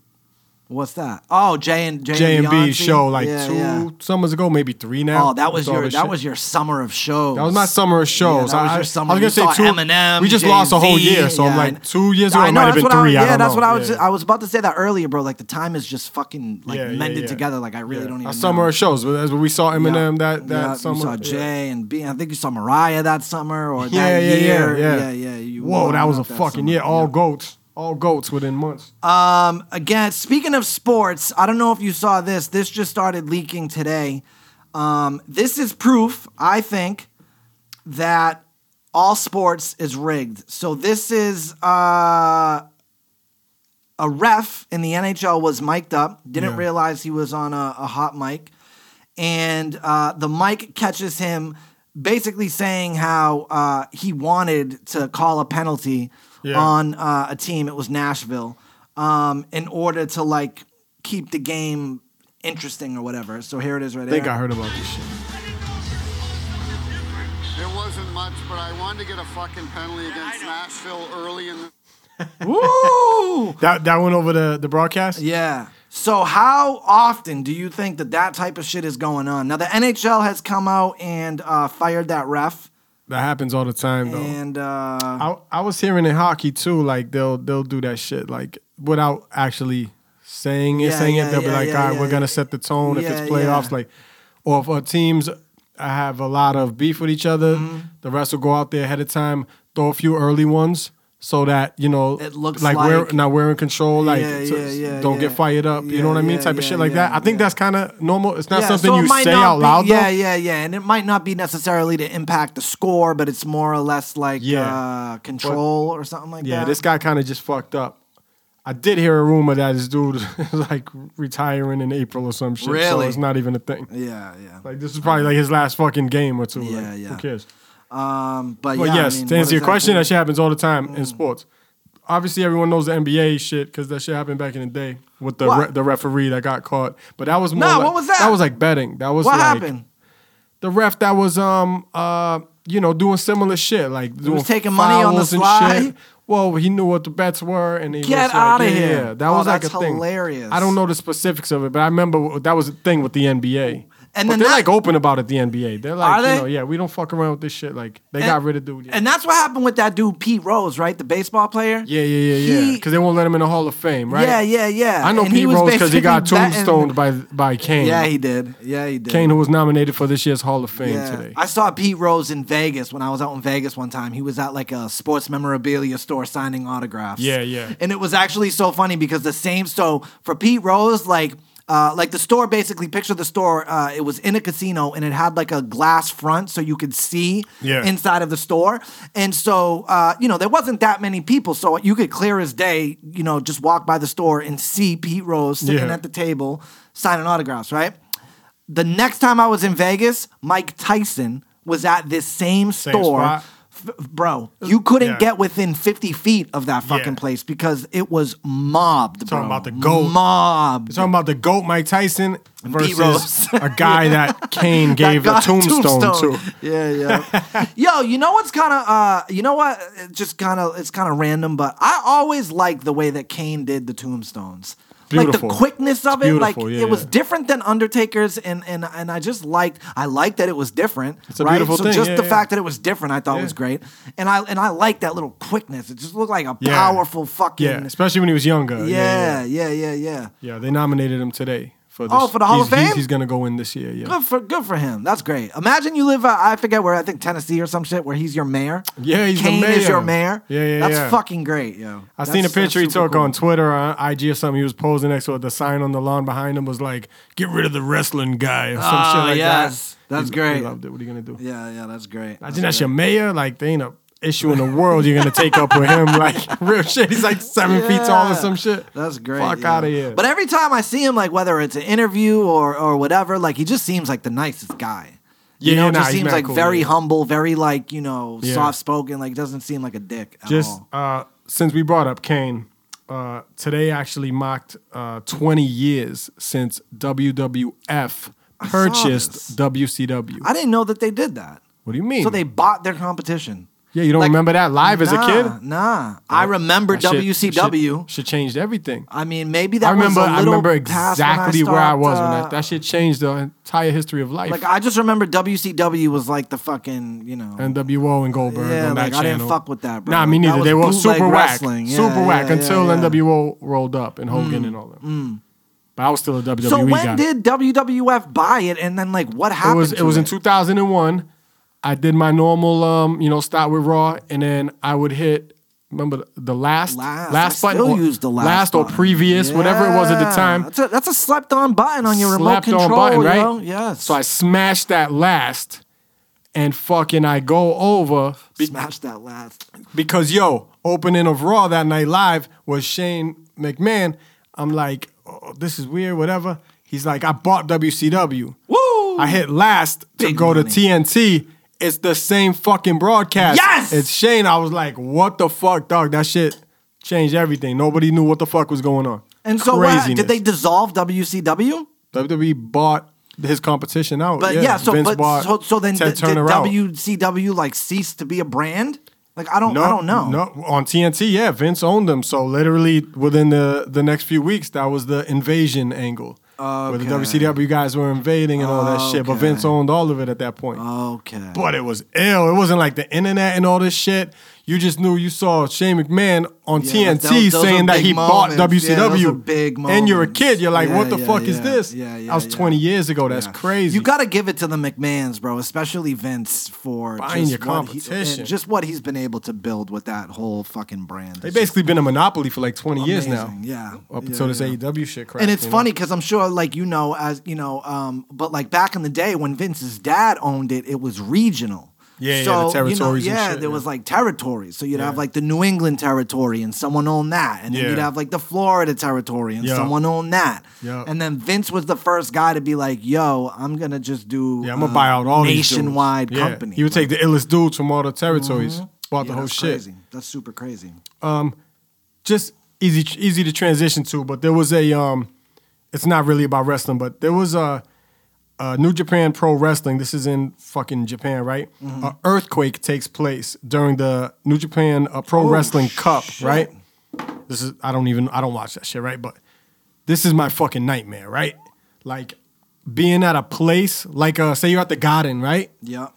S3: What's that? Oh, J and J,
S2: J and B
S3: Beyonce?
S2: show like
S3: Yeah,
S2: two
S3: yeah.
S2: summers ago, maybe three now.
S3: Oh, that was
S2: with all
S3: your
S2: this
S3: that
S2: shit.
S3: was your summer of shows.
S2: That was my summer of
S3: Yeah,
S2: shows.
S3: that was
S2: I-
S3: your summer.
S2: I was gonna
S3: You
S2: say
S3: saw
S2: two.
S3: Eminem.
S2: we just lost a whole
S3: Jay-Z.
S2: year, so
S3: Yeah,
S2: I'm
S3: I-
S2: like two years ago.
S3: I
S2: it
S3: know,
S2: might have
S3: that's
S2: been
S3: what I-
S2: three. I
S3: yeah,
S2: don't
S3: that's
S2: know.
S3: what I was.
S2: Yeah.
S3: I was about to say that earlier, bro. Like the time is just fucking like
S2: Yeah, yeah,
S3: mended
S2: yeah.
S3: together. Like I really
S2: Yeah.
S3: don't even.
S2: Our
S3: know.
S2: summer of shows. But that's when we saw Eminem
S3: Yeah.
S2: that that
S3: Yeah,
S2: summer.
S3: You saw
S2: Yeah.
S3: Jay and B. I think you saw Mariah that summer or
S2: Yeah,
S3: that
S2: yeah, yeah,
S3: year.
S2: yeah.
S3: yeah. you
S2: Whoa,
S3: were
S2: that was a
S3: up
S2: fucking
S3: summer.
S2: yeah. All goats, all goats within months.
S3: Um, again, speaking of sports, I don't know if you saw this. This just started leaking today. Um, this is proof, I think, that all sports is rigged. So this is uh, a ref in the NHL was mic'd up, didn't
S2: Yeah.
S3: realize he was on a, a hot mic, and uh, the mic catches him basically saying how uh, he wanted to call a penalty
S2: Yeah.
S3: on uh, a team. It was Nashville, um, in order to like keep the game interesting or whatever. So here it is, right
S2: I think
S3: there.
S2: I heard about this shit.
S6: There wasn't much, but I wanted to get a fucking penalty against Nashville early in the
S3: Woo!
S2: That that went over the the broadcast.
S3: Yeah. So how often do you think that that type of shit is going on? Now the NHL has come out and uh, fired that ref,
S2: That happens all the time though.
S3: and uh,
S2: I, I was hearing in hockey too, like they'll they'll do that shit like without actually saying it,
S3: Yeah,
S2: saying
S3: yeah,
S2: it. They'll be
S3: yeah,
S2: like,
S3: yeah,
S2: all right,
S3: yeah,
S2: we're
S3: yeah.
S2: gonna set the tone if
S3: Yeah,
S2: it's playoffs,
S3: yeah.
S2: like or if our teams have a lot of beef with each other,
S3: Mm-hmm.
S2: the refs will go out there ahead of time, throw a few early ones so that you know
S3: It looks
S2: like, we're
S3: like-
S2: now we're in control, like
S3: Yeah,
S2: so-
S3: yeah, yeah,
S2: don't get
S3: yeah.
S2: fired up, you know what I
S3: Yeah,
S2: mean,
S3: yeah,
S2: type
S3: yeah,
S2: of shit like that.
S3: yeah,
S2: I think
S3: yeah.
S2: that's kind of normal. It's not
S3: yeah,
S2: something
S3: so it
S2: you
S3: might
S2: say
S3: not
S2: out
S3: be-
S2: loud
S3: Yeah,
S2: though.
S3: yeah, yeah, and it might not be necessarily to impact the score, but it's more or less like
S2: Yeah.
S3: uh, control or something like
S2: Yeah,
S3: that.
S2: this guy kind of just fucked up. I did hear a rumor that this dude is like retiring in April or some shit. So
S3: Really?
S2: it's not even a thing.
S3: Yeah, yeah.
S2: Like this is probably like his last fucking game or two. Like,
S3: Yeah, yeah.
S2: Who cares?
S3: Um, but
S2: But
S3: yeah, I
S2: yes,
S3: mean,
S2: to
S3: what Mm.
S2: answer
S3: does
S2: your
S3: that
S2: question,
S3: do?
S2: that shit happens all the time in sports. Obviously, everyone knows the NBA shit because that shit happened back in the day with the
S3: What?
S2: re- the referee that got caught. But that was more.
S3: Nah,
S2: like-
S3: what was that?
S2: That was like betting. That was
S3: what
S2: like
S3: happened?
S2: the ref that was um uh you know doing similar shit like doing
S3: taking money on the
S2: fouls and
S3: sly?
S2: shit. Well, he knew what the bets were, and he
S3: Get
S2: was like,
S3: outta
S2: yeah,
S3: here.
S2: yeah. That
S3: Oh,
S2: was like
S3: that's
S2: a thing.
S3: hilarious.
S2: I don't know the specifics of it, but I remember that was a thing with the NBA.
S3: And
S2: And
S3: then
S2: they're
S3: that-
S2: like open about it. The NBA, they're like,
S3: Are
S2: you
S3: they?
S2: know, yeah, we don't fuck around with this shit. Like they got rid of dude. Yeah,
S3: And that's what happened with that dude Pete Rose, right? The baseball player.
S2: yeah, yeah, yeah,
S3: He-
S2: because they won't let him in the Hall of Fame, right?
S3: Yeah, yeah, yeah.
S2: I know
S3: And
S2: Pete
S3: was
S2: Rose because he got
S3: basically betting-
S2: tombstoned by by Kane.
S3: Yeah, he did. Yeah, he did.
S2: Kane, who was nominated for this year's Hall of Fame
S3: Yeah.
S2: today.
S3: I saw Pete Rose in Vegas when I was out in Vegas one time. He was at like a sports memorabilia store signing autographs.
S2: Yeah, yeah.
S3: And it was actually so funny because the same so for Pete Rose, like uh, like the store basically picture the store uh, it was in a casino and it had like a glass front so you could see
S2: Yeah.
S3: inside of the store and so uh, you know there wasn't that many people so you could clear as day you know just walk by the store and see pete rose sitting
S2: Yeah.
S3: at the table signing autographs right the next time I was in Vegas, Mike Tyson was at this same
S2: Same
S3: store.
S2: spot.
S3: F- bro, you couldn't
S2: Yeah.
S3: get within 50 feet of that fucking
S2: Yeah.
S3: place because it was mobbed, bro.
S2: Talking about the GOAT.
S3: Mobbed.
S2: Talking about the goat Mike Tyson
S3: Pete Rose.
S2: versus a guy that Kane gave
S3: That
S2: a
S3: guy-
S2: tombstone, to.
S3: Yeah, yeah. Yo, you know what's kind of, uh, you know what? It just kind of, it's kind of random, but I always liked the way that Kane did the tombstones.
S2: Beautiful.
S3: Like the quickness of
S2: It's
S3: it, like
S2: beautiful,
S3: it
S2: yeah,
S3: was
S2: yeah.
S3: different than Undertaker's, and and and I just liked, I liked that it was different,
S2: a
S3: right?
S2: beautiful
S3: so
S2: thing,
S3: just
S2: yeah,
S3: the
S2: yeah.
S3: fact that it was different, I thought
S2: Yeah.
S3: was great, and I and I liked that little quickness. It just looked like a
S2: Yeah.
S3: powerful fucking,
S2: Yeah, especially when he was younger. Yeah,
S3: yeah, yeah,
S2: yeah,
S3: yeah, yeah.
S2: yeah. they nominated him today for this.
S3: Oh, for the Hall
S2: he's,
S3: of
S2: he's-
S3: Fame?
S2: He's, gonna go in this year. Yeah,
S3: Good for good for him. That's great. Imagine you live. Uh, I forget where. I think Tennessee or some shit. Where he's your mayor.
S2: Yeah, he's the
S3: Kane is
S2: mayor.
S3: your mayor.
S2: Yeah, yeah,
S3: That's
S2: yeah.
S3: fucking great, yo.
S2: I
S3: That's-
S2: seen a
S3: that's
S2: picture he
S3: super
S2: took
S3: cool.
S2: on Twitter or on IG or something. He was posing next to it. The sign on the lawn behind him was like, "Get rid of the wrestling guy" or some
S3: Ah,
S2: shit like
S3: yes.
S2: that.
S3: That's
S2: He-
S3: great.
S2: He loved it. What are you gonna do?
S3: Yeah, yeah, that's great.
S2: Imagine that's your mayor. Like they ain't a issue in the world you're gonna take up with him. Like real shit. He's like seven feet tall or
S3: Yeah.
S2: some shit.
S3: That's great.
S2: Fuck
S3: yeah.
S2: out of here.
S3: But every time I see him, like whether it's an interview or or whatever, like he just seems like the nicest guy. you
S2: Yeah,
S3: know,
S2: yeah, nah,
S3: just
S2: he's
S3: seems
S2: mad
S3: like
S2: cool,
S3: very
S2: yeah.
S3: humble, very like you know
S2: Yeah.
S3: soft spoken. Like doesn't seem like a dick at
S2: just
S3: all.
S2: uh, since we brought up Kane, uh, today actually mocked uh, 20 years since WWF
S3: this.
S2: purchased WCW.
S3: I didn't know that they did that.
S2: what do you mean?
S3: So they bought their competition.
S2: yeah, you don't
S3: like-
S2: remember that live as
S3: nah,
S2: a kid?
S3: Nah, I remember
S2: That shit-
S3: WCW.
S2: Shit, shit changed everything.
S3: I mean, maybe that
S2: I remember.
S3: was a
S2: I
S3: little
S2: remember
S3: past when
S2: exactly where I
S3: stopped,
S2: was when
S3: uh,
S2: that, that shit changed the entire history of life.
S3: Like I just remember WCW was like the fucking you know
S2: NWO and Goldberg
S3: Yeah,
S2: on that
S3: like, I
S2: channel.
S3: didn't fuck with that, bro.
S2: Nah, me
S3: That
S2: neither.
S3: was
S2: They were
S3: bootleg
S2: super whack,
S3: wrestling. Yeah,
S2: super whack
S3: yeah, yeah,
S2: until
S3: yeah. Mm,
S2: NWO rolled up and Hogan and all that. But I was still a WWE
S3: So when
S2: guy.
S3: did WWF buy it, and then like what
S2: E it
S3: happened?
S2: was it
S3: to
S2: was in 2001. I did my normal, um, you know, start with Raw, and then I would hit. Remember the- the last
S3: Last, I
S2: button,
S3: still
S2: or,
S3: use the last,
S2: or
S3: button.
S2: previous, whatever it was at the
S3: Yeah.
S2: time.
S3: That's a, that's a slept-on button on your remote
S2: slapped
S3: control,
S2: on button, right?
S3: yo. Yes.
S2: So I smashed that last, and fucking I go over be-
S3: smashed that last.
S2: because yo, opening of Raw that night live was Shane McMahon. I'm like, oh, this is weird, whatever. He's like, I bought WCW.
S3: Woo!
S2: I hit last to
S3: Big
S2: go
S3: money.
S2: to TNT. It's the same fucking broadcast.
S3: Yes!
S2: It's Shane. I was like, what the fuck, dog? That shit changed everything. Nobody knew what the fuck was going on.
S3: And so what,
S2: Craziness.
S3: did they dissolve WCW?
S2: WWE bought his competition out.
S3: But yeah,
S2: yeah,
S3: so
S2: Vince
S3: but
S2: bought
S3: so, so then
S2: Ted
S3: did, did
S2: Turner out.
S3: WCW like cease to be a brand? Like I don't I don't know.
S2: No, on TNT, yeah, Vince owned them. So literally within the the next few weeks, that was the invasion angle. Where the
S3: Okay.
S2: WCW guys were invading and all that shit, but
S3: Okay. Oh.
S2: Vince owned all of it at that point.
S3: Okay.
S2: But it was ill. It wasn't like the internet and all this shit. You just knew you saw Shane McMahon on
S3: Yeah,
S2: TNT
S3: those- those- those
S2: saying
S3: are
S2: that
S3: big
S2: he
S3: moments.
S2: bought
S3: Yeah, those
S2: WCW.
S3: are big
S2: and you're a
S3: moments.
S2: kid. You're like,
S3: Yeah,
S2: what the
S3: yeah,
S2: fuck is
S3: yeah.
S2: this?
S3: Yeah, yeah,
S2: that was
S3: yeah.
S2: 20 years ago. That's crazy.
S3: You got to give it to the McMahons, bro, especially Vince for
S2: Buying
S3: just
S2: your
S3: what he-
S2: competition.
S3: and just what he's been able to build with that whole fucking brand.
S2: They've basically been a monopoly for like 20 years now.
S3: Amazing, yeah.
S2: Up
S3: Yeah,
S2: until this
S3: yeah.
S2: AEW shit crap.
S3: and it's
S2: you know?
S3: funny because I'm sure, like you know, as you know, um, but like back in the day when Vince's dad owned it, it was regional.
S2: Yeah, yeah,
S3: so,
S2: the
S3: you know,
S2: territories and
S3: yeah,
S2: shit,
S3: there
S2: yeah.
S3: was like territories. So you'd have
S2: Yeah.
S3: like the New England territory, and someone owned that, and then
S2: Yeah.
S3: you'd have like the Florida territory, and
S2: Yeah.
S3: someone owned that.
S2: Yeah.
S3: And then Vince was the first guy to be like, "Yo, I'm gonna just do
S2: Yeah, I'm gonna
S3: uh,
S2: buy out all these dudes.
S3: nationwide
S2: Yeah,
S3: company."
S2: He would take the illest dudes from all the territories, bought
S3: Yeah,
S2: the whole
S3: that's
S2: shit.
S3: Crazy. That's super crazy.
S2: Just easy, easy to transition to. But there was a, um, it's not really about wrestling, but there was a, a New Japan Pro Wrestling. This is in fucking Japan, right?
S3: Mm-hmm.
S2: A earthquake takes place during the New Japan uh,
S3: Oh,
S2: Pro Wrestling Cup, right? This is I don't even I don't watch that shit, right? But this is my fucking nightmare, right? Like being at a place like uh, say you're at the Garden, right?
S3: Yeah.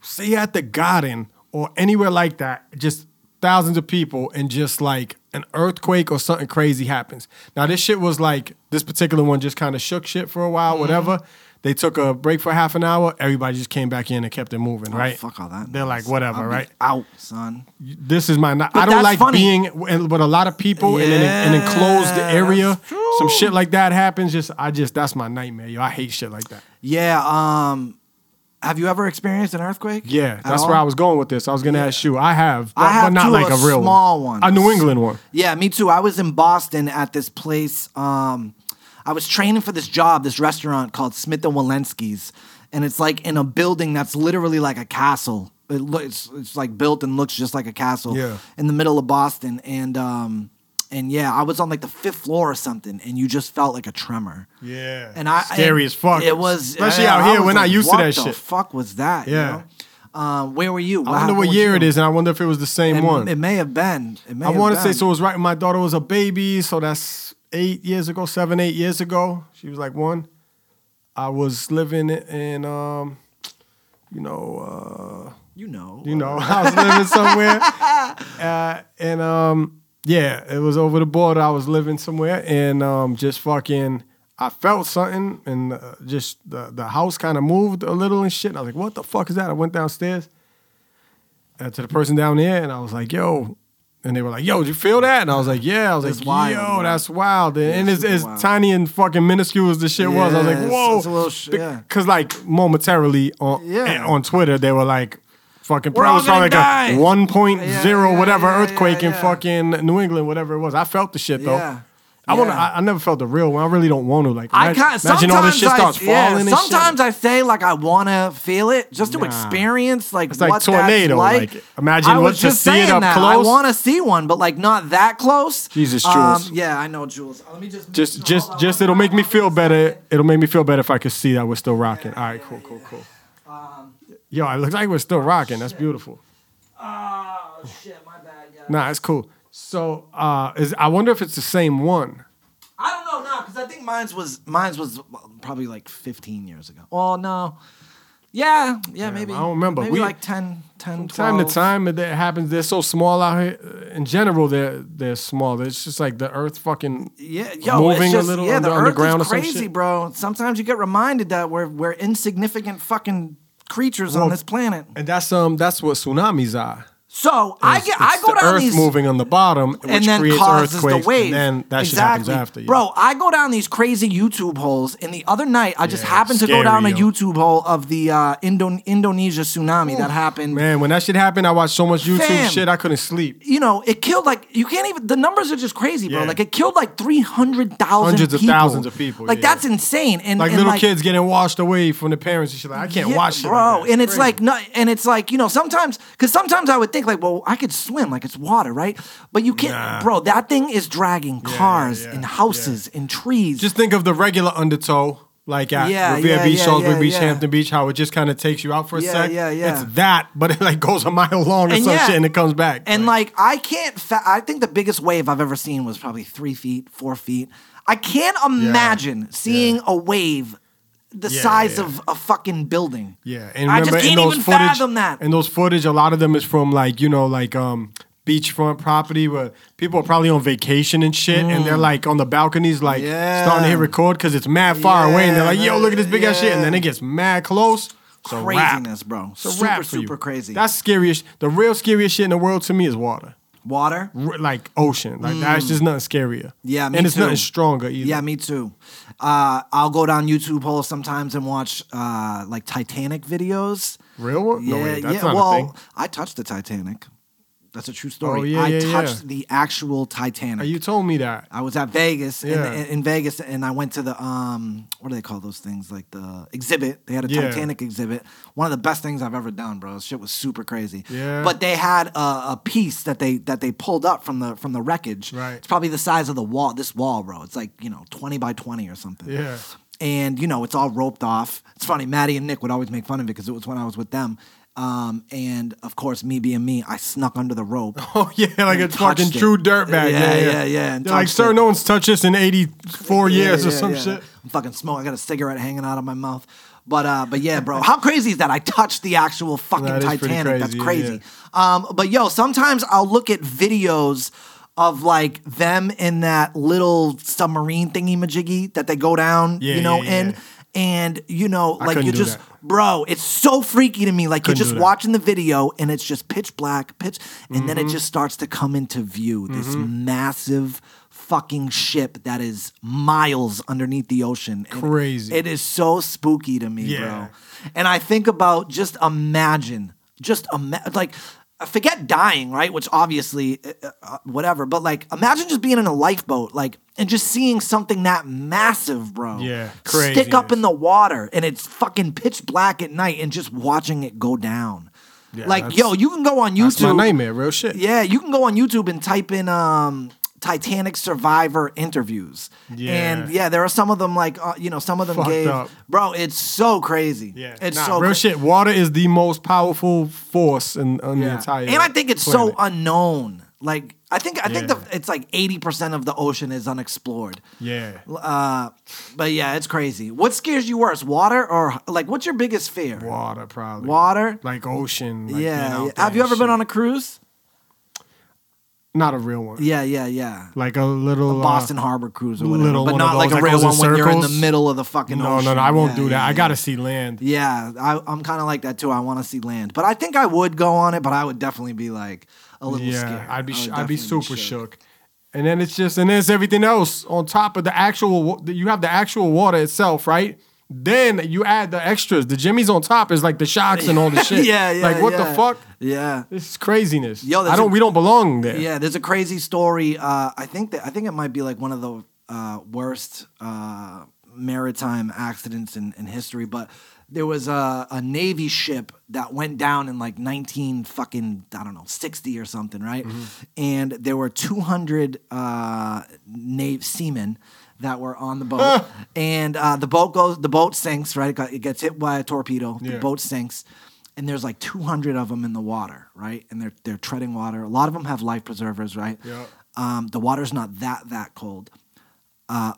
S2: say at the garden or anywhere like that, just thousands of people and just like an earthquake or something crazy happens. Now this shit was like this particular one just kind of shook shit for a while,
S3: Mm-hmm.
S2: whatever. They took a break for half an hour. Everybody just came back in and kept it moving, right?
S3: Oh, fuck all that
S2: They're like,
S3: noise.
S2: whatever,
S3: I'll be
S2: right?
S3: Out, son.
S2: This is my. ni- I
S3: that's
S2: don't like
S3: funny.
S2: being with a lot of people in an, an enclosed
S3: Yeah,
S2: area.
S3: that's true.
S2: Some shit like that happens. Just I just that's my nightmare, yo. I hate shit like that.
S3: Yeah. Um, have you ever experienced an earthquake?
S2: Yeah,
S3: At
S2: that's
S3: all?
S2: where I was going with this. I was gonna ask you. I have,
S3: I
S2: but,
S3: have
S2: but not
S3: two,
S2: like
S3: a
S2: a real
S3: small
S2: one.
S3: one.
S2: A New England one.
S3: Yeah, me too. I was in Boston at this place. Um, I was training for this job, this restaurant called Smith and Walensky's, and it's like in a building that's literally like a castle. It lo- it's, it's like built and looks just like a castle
S2: Yeah.
S3: in the middle of Boston. And um, and yeah, I was on like the fifth floor or something, and you just felt like a tremor.
S2: Yeah.
S3: and I
S2: Scary
S3: and
S2: as fuck.
S3: It was
S2: Especially
S3: yeah,
S2: out
S3: I
S2: here,
S3: was
S2: we're not
S3: like,
S2: used to
S3: what
S2: that
S3: the
S2: shit."
S3: Fuck was that? you
S2: Yeah.
S3: know? Uh, where were you?
S2: I wonder what year it is, and I wonder if it was the same
S3: It,
S2: one.
S3: it may have been. It may
S2: I
S3: have
S2: want to say
S3: been.
S2: so. It was right. when My daughter was a baby, so that's eight years ago, seven, eight years ago. She was like one. I was living in, um, you know, uh,
S3: You know.
S2: you know, I was living somewhere, uh, and um, yeah, it was over the border. I was living somewhere, and um, just fucking, I felt something, and uh, just the the house kind of moved a little and shit. And I was like, "What the fuck is that?" I went downstairs uh, to the person down there, and I was like, "Yo." And they were like, "Yo, did you feel that?" And I was like, "Yeah." I was
S3: That's
S2: like,
S3: wild,
S2: "Yo,
S3: bro.
S2: that's wild." And, and it's
S3: super
S2: as
S3: wild.
S2: tiny and fucking minuscule as the shit was, I was
S3: Yeah,
S2: like,
S3: it's-
S2: "Whoa!"
S3: it's a little sh- yeah.
S2: Because like momentarily on
S3: Yeah.
S2: on Twitter, they were like, Fucking
S7: We're
S2: probably
S7: all
S2: was probably like
S7: gonna
S2: a
S7: die.
S2: 1.0
S3: yeah,
S2: whatever
S3: yeah, yeah,
S2: earthquake in
S3: yeah.
S2: fucking New England, whatever it was. I felt the shit though.
S3: Yeah.
S2: I want.
S3: Yeah.
S2: I, I never felt the real one. I really don't want to. Like
S3: I
S2: imag-
S3: can't.
S2: imagine
S3: Sometimes
S2: all this shit
S3: I,
S2: starts
S3: yeah,
S2: falling.
S3: sometimes
S2: and shit.
S3: I say like I want to feel it just to
S2: Nah.
S3: experience like
S2: It's like
S3: what
S2: tornado,
S3: That's like.
S2: like, imagine
S3: I
S2: what-
S3: was
S2: to
S3: just
S2: see it
S3: saying
S2: up
S3: that.
S2: close.
S3: I want to see one, but like not that close.
S2: Jesus,
S3: Um,
S2: Jules.
S3: yeah, I know, Jules. Uh, Let me just
S2: just,
S3: hold
S2: just,
S3: on,
S2: just.
S3: hold
S2: It'll
S3: on,
S2: make me
S3: hold on
S2: feel
S3: a
S2: better.
S3: second.
S2: It'll make me feel better if I could see that we're still rocking. All right, cool, cool, cool. Yo, it looks like we're still rocking. That's beautiful.
S3: Oh shit, my bad, guys.
S2: Nah, it's cool. So, uh, is I wonder if it's the same one.
S3: I don't know now because I think mine's was mine's was probably like 15 years ago. Well, no. Yeah, yeah, maybe.
S2: I don't remember.
S3: Maybe
S2: We-
S3: like 10, 10,
S2: Time to
S3: 12.
S2: time, it it happens. They're so small out here. In general, they're they're small. It's just like the earth fucking.
S3: Yeah, yo,
S2: moving
S3: it's
S2: a
S3: just,
S2: little
S3: yeah, the
S2: under-
S3: earth
S2: underground or
S3: is
S2: some
S3: crazy,
S2: shit?
S3: bro. Sometimes you get reminded that we're we're insignificant fucking creatures on
S2: Well-
S3: this planet.
S2: And that's um that's what tsunamis are.
S3: So I
S2: It's-
S3: get, I
S2: it's
S3: go
S2: the
S3: down
S2: earth
S3: these
S2: moving on the bottom, which
S3: and then
S2: creates
S3: causes the
S2: earthquakes,
S3: wave.
S2: and then that shit
S3: exactly.
S2: happens after. yeah.
S3: Bro, I go down these crazy YouTube holes, and the other night I just
S2: Yeah,
S3: happened to go
S2: scary,
S3: down a
S2: yo.
S3: YouTube hole of the uh, Indo- Indonesia tsunami that happened.
S2: man, when that shit happened, I watched so much YouTube
S3: Fam.
S2: shit I couldn't sleep.
S3: You know, it killed like you can't even. The numbers are just crazy, bro.
S2: Yeah.
S3: Like it killed like three hundred thousand,
S2: Hundreds of thousands of people,
S3: Like
S2: yeah.
S3: that's insane. And
S2: Like
S3: and,
S2: little kids getting washed away from the parents and shit. Like I can't
S3: Yeah,
S2: watch shit,
S3: bro.
S2: Like that.
S3: and it's
S2: crazy.
S3: like no, and it's like you know sometimes because sometimes I would think like, well, I could swim, like it's water, right? But you can't,
S2: Nah.
S3: bro. That thing is dragging cars
S2: yeah,
S3: and
S2: yeah.
S3: houses and trees.
S2: just think of the regular undertow, like at
S3: Yeah,
S2: Revere
S3: yeah,
S2: Beach,
S3: yeah,
S2: Salisbury
S3: yeah,
S2: Beach,
S3: yeah.
S2: Hampton Beach, how it just kind of takes you out for a
S3: Yeah,
S2: sec.
S3: yeah, yeah.
S2: It's that, but it like goes a mile long or
S3: And
S2: some
S3: yeah.
S2: shit, and it comes back.
S3: and like I can't. Fa- I think the biggest wave I've ever seen was probably three feet, four feet. I can't imagine seeing a wave the
S2: Yeah,
S3: size
S2: yeah.
S3: of a fucking building.
S2: Yeah, and
S3: I
S2: remember
S3: just
S2: in
S3: can't
S2: those
S3: even
S2: footage,
S3: fathom that.
S2: And those footage, a lot of them is from like you know like um beachfront property where people are probably on vacation and shit, and they're like on the balconies, like
S3: Mm. Yeah.
S2: starting to hit record because it's mad far away, and they're like,
S3: Yeah,
S2: "Yo, look at this big ass shit,"
S3: yeah.
S2: and then it gets mad close. It's a wrap.
S3: Craziness, bro.
S2: It's a
S3: Super,
S2: wrap for you.
S3: super crazy.
S2: That's scariest. The real scariest shit in the world to me is water,
S3: Water.
S2: R- like ocean. Like that's just nothing scarier.
S3: Mm. Yeah, me
S2: and it's
S3: too.
S2: nothing stronger either.
S3: Yeah, me too. Uh, I'll go down YouTube holes sometimes and watch uh, like Titanic videos.
S2: real one.
S3: yeah,
S2: no, wait, that's
S3: yeah.
S2: not
S3: well,
S2: a thing.
S3: I touched the Titanic. That's a true story.
S2: Oh, yeah,
S3: I
S2: yeah, yeah.
S3: touched the actual Titanic.
S2: You told me that.
S3: I was at Vegas
S2: Yeah.
S3: in, in Vegas, and I went to the um, what do they call those things? Like the exhibit. They had a
S2: Yeah.
S3: Titanic exhibit. One of the best things I've ever done, bro. This shit was super crazy.
S2: Yeah.
S3: But they had a, a piece that they that they pulled up from the from the wreckage.
S2: Right.
S3: It's probably the size of the wall. This wall, bro. It's like you know twenty by twenty or something.
S2: Yeah.
S3: And you know it's all roped off. It's funny. Maddie and Nick would always make fun of it because it was when I was with them. Um, and of course, me being me, I snuck under the rope.
S2: Oh yeah, like a
S3: and touched it.
S2: fucking true
S3: Yeah,
S2: dirtbag. Yeah, yeah,
S3: yeah, yeah, and
S2: They're like,
S3: touched
S2: sir,
S3: it.
S2: no one's touched this in eighty-four
S3: Yeah,
S2: years or
S3: yeah,
S2: some
S3: yeah.
S2: shit.
S3: I'm fucking smoke. I got a cigarette hanging out of my mouth. But uh, but yeah, bro. How crazy is that? I touched the actual fucking
S2: That is pretty
S3: Titanic. That's
S2: crazy,
S3: crazy. Um, but yo, sometimes I'll look at videos of like them in that little submarine thingy majiggy that they go down,
S2: Yeah,
S3: you know,
S2: yeah,
S3: in.
S2: yeah.
S3: And you know,
S2: I
S3: like
S2: couldn't
S3: you
S2: do
S3: just,
S2: that.
S3: bro, it's so freaky to me. Like
S2: Couldn't
S3: you're
S2: do
S3: just
S2: that.
S3: watching the video, and it's just pitch black, pitch, and then
S2: Mm-hmm.
S3: it just starts to come into view. This massive fucking ship that is miles underneath the ocean. And
S2: Crazy.
S3: It is so spooky to me,
S2: Yeah.
S3: bro. And I think about just imagine, just ima- like forget dying, right? Which obviously uh, uh, whatever, but like imagine just being in a lifeboat, like and just seeing something that massive, bro.
S2: Yeah,
S3: Stick up
S2: craziness.
S3: in the water and it's fucking pitch black at night and just watching it go down.
S2: Yeah,
S3: like
S2: that's-
S3: yo, you can go on YouTube.
S2: That's my nightmare, real shit.
S3: Yeah, you can go on YouTube and type in um, Titanic survivor interviews.
S2: Yeah.
S3: And yeah, there are some of them like uh, you know some of them
S2: Fucked
S3: gave
S2: up.
S3: bro. It's so crazy.
S2: Yeah,
S3: it's
S2: nah,
S3: so
S2: real
S3: cra-
S2: shit. Water is the most powerful force in, on the entire.
S3: And I think it's
S2: planet.
S3: so unknown. Like I think I think
S2: Yeah.
S3: the, it's like eighty percent of the ocean is unexplored.
S2: yeah,
S3: Uh, but yeah, it's crazy. What scares you worse, water or like what's your biggest fear?
S2: water probably
S3: Water?
S2: like ocean. Like being
S3: yeah.
S2: out
S3: yeah.
S2: there
S3: Have you
S2: and
S3: ever been
S2: shit.
S3: on a cruise?
S2: Not a real one.
S3: Yeah, yeah, yeah.
S2: like a little uh,
S3: Boston Harbor cruise or whatever,
S2: little
S3: but
S2: one
S3: not
S2: of
S3: like a
S2: those that
S3: real
S2: goes in
S3: one when you're in the
S2: circles.
S3: middle of the fucking
S2: No,
S3: ocean.
S2: no, no. I won't
S3: Yeah,
S2: do that.
S3: yeah,
S2: I gotta
S3: yeah.
S2: see land.
S3: Yeah, I, I'm kind of like that too. I want to see land, but I think I would go on it, but I would definitely be like a little
S2: yeah,
S3: scared.
S2: I'd be
S3: I
S2: sh-
S3: would
S2: I'd be
S3: definitely
S2: super shook. And then it's just and then it's everything else on top of the actual. wa- You have the actual water itself, right? Then you add the extras. The Jimmy's on top is like the shocks and all the shit.
S3: yeah, yeah.
S2: Like what
S3: yeah.
S2: the fuck?
S3: Yeah.
S2: This is craziness.
S3: Yo,
S2: I
S3: that's a-
S2: don't. we don't belong there.
S3: Yeah, there's a crazy story. Uh, I think that I think it might be like one of the uh, worst uh, maritime accidents in, in history. But there was a, a Navy ship that went down in like 19 fucking I don't know 60 or something, right?
S2: Mm-hmm.
S3: And there were 200 uh, Navy seamen that were on the boat, and uh, the boat goes, the boat sinks, right? It, got, it gets hit by a torpedo.
S2: Yeah.
S3: The boat sinks and there's like 200 of them in the water, right? And they're they're treading water. A lot of them have life preservers, right?
S2: Yeah.
S3: Um, the water's not that that cold. Uh,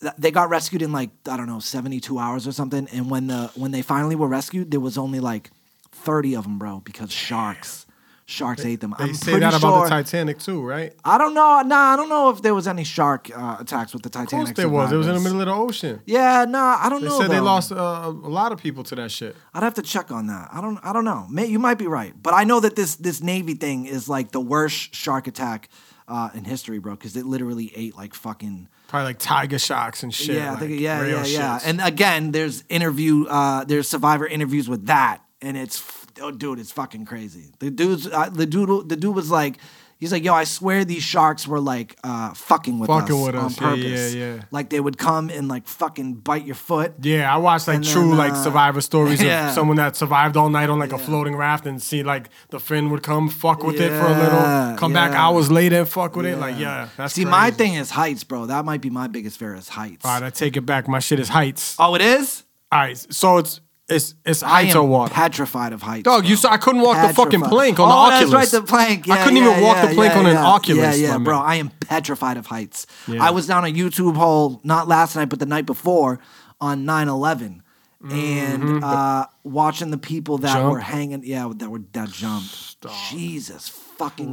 S3: th- they got rescued in like I don't know 72 hours or something. And when the when they finally were rescued, there was only like 30 of them, bro, because sharks sharks ate them.
S2: They
S3: I'm
S2: say
S3: pretty
S2: that about
S3: sure.
S2: the Titanic too, right?
S3: I don't know. Nah, I don't know if there was any shark uh, attacks with the
S2: Of course
S3: Titanic.
S2: there was. It was in the
S3: survivors.
S2: middle of the ocean.
S3: Yeah, nah, I don't
S2: They
S3: know.
S2: said they
S3: though.
S2: lost uh, a lot of people to that shit.
S3: I'd have to check on that. I don't. I don't know. May, you might be right, but I know that this this Navy thing is like the worst shark attack uh, in history, bro. Because it literally ate like fucking.
S2: Probably like tiger sharks and shit.
S3: yeah, I think,
S2: like
S3: yeah,
S2: real
S3: yeah, yeah.
S2: shits.
S3: And again, there's interview. Uh, there's survivor interviews with that, and it's f- oh, dude, it's fucking crazy. The dude's uh, the dude the dude was like. He's like, yo, I swear these sharks were like uh, fucking with
S2: Fucking
S3: us
S2: with
S3: on
S2: us. Yeah, yeah,
S3: purpose.
S2: yeah.
S3: Like they would come and like fucking bite your foot.
S2: Yeah, I watched like
S3: And
S2: true
S3: then,
S2: like
S3: uh,
S2: survivor stories
S3: yeah.
S2: of someone that survived all night on like a floating raft and see like the fin would come fuck with it for a
S3: Yeah,
S2: little, come back
S3: yeah.
S2: hours later and fuck with it. Like yeah, that's
S3: See, my
S2: crazy.
S3: thing is heights, bro. That might be my biggest fear is heights.
S2: All right, I take it back. My shit is heights.
S3: Oh, it is.
S2: All right, so it's it's it's
S3: I
S2: heights
S3: am
S2: or water.
S3: petrified of heights.
S2: Dog,
S3: bro.
S2: you saw I couldn't walk the fucking
S3: Petrified.
S2: plank on
S3: oh,
S2: the Oculus.
S3: that's right, the plank.
S2: I
S3: Yeah,
S2: couldn't
S3: yeah,
S2: even walk
S3: yeah,
S2: the plank
S3: yeah,
S2: on an
S3: yeah.
S2: Oculus.
S3: Yeah,
S2: my
S3: yeah,
S2: man.
S3: bro. I am petrified of heights.
S2: Yeah.
S3: I was down a YouTube hole not last night, but the night before on 9-11.
S2: Mm-hmm.
S3: And uh, watching the people that
S2: Jump.
S3: were hanging, yeah, that were that jumped. Jesus fucking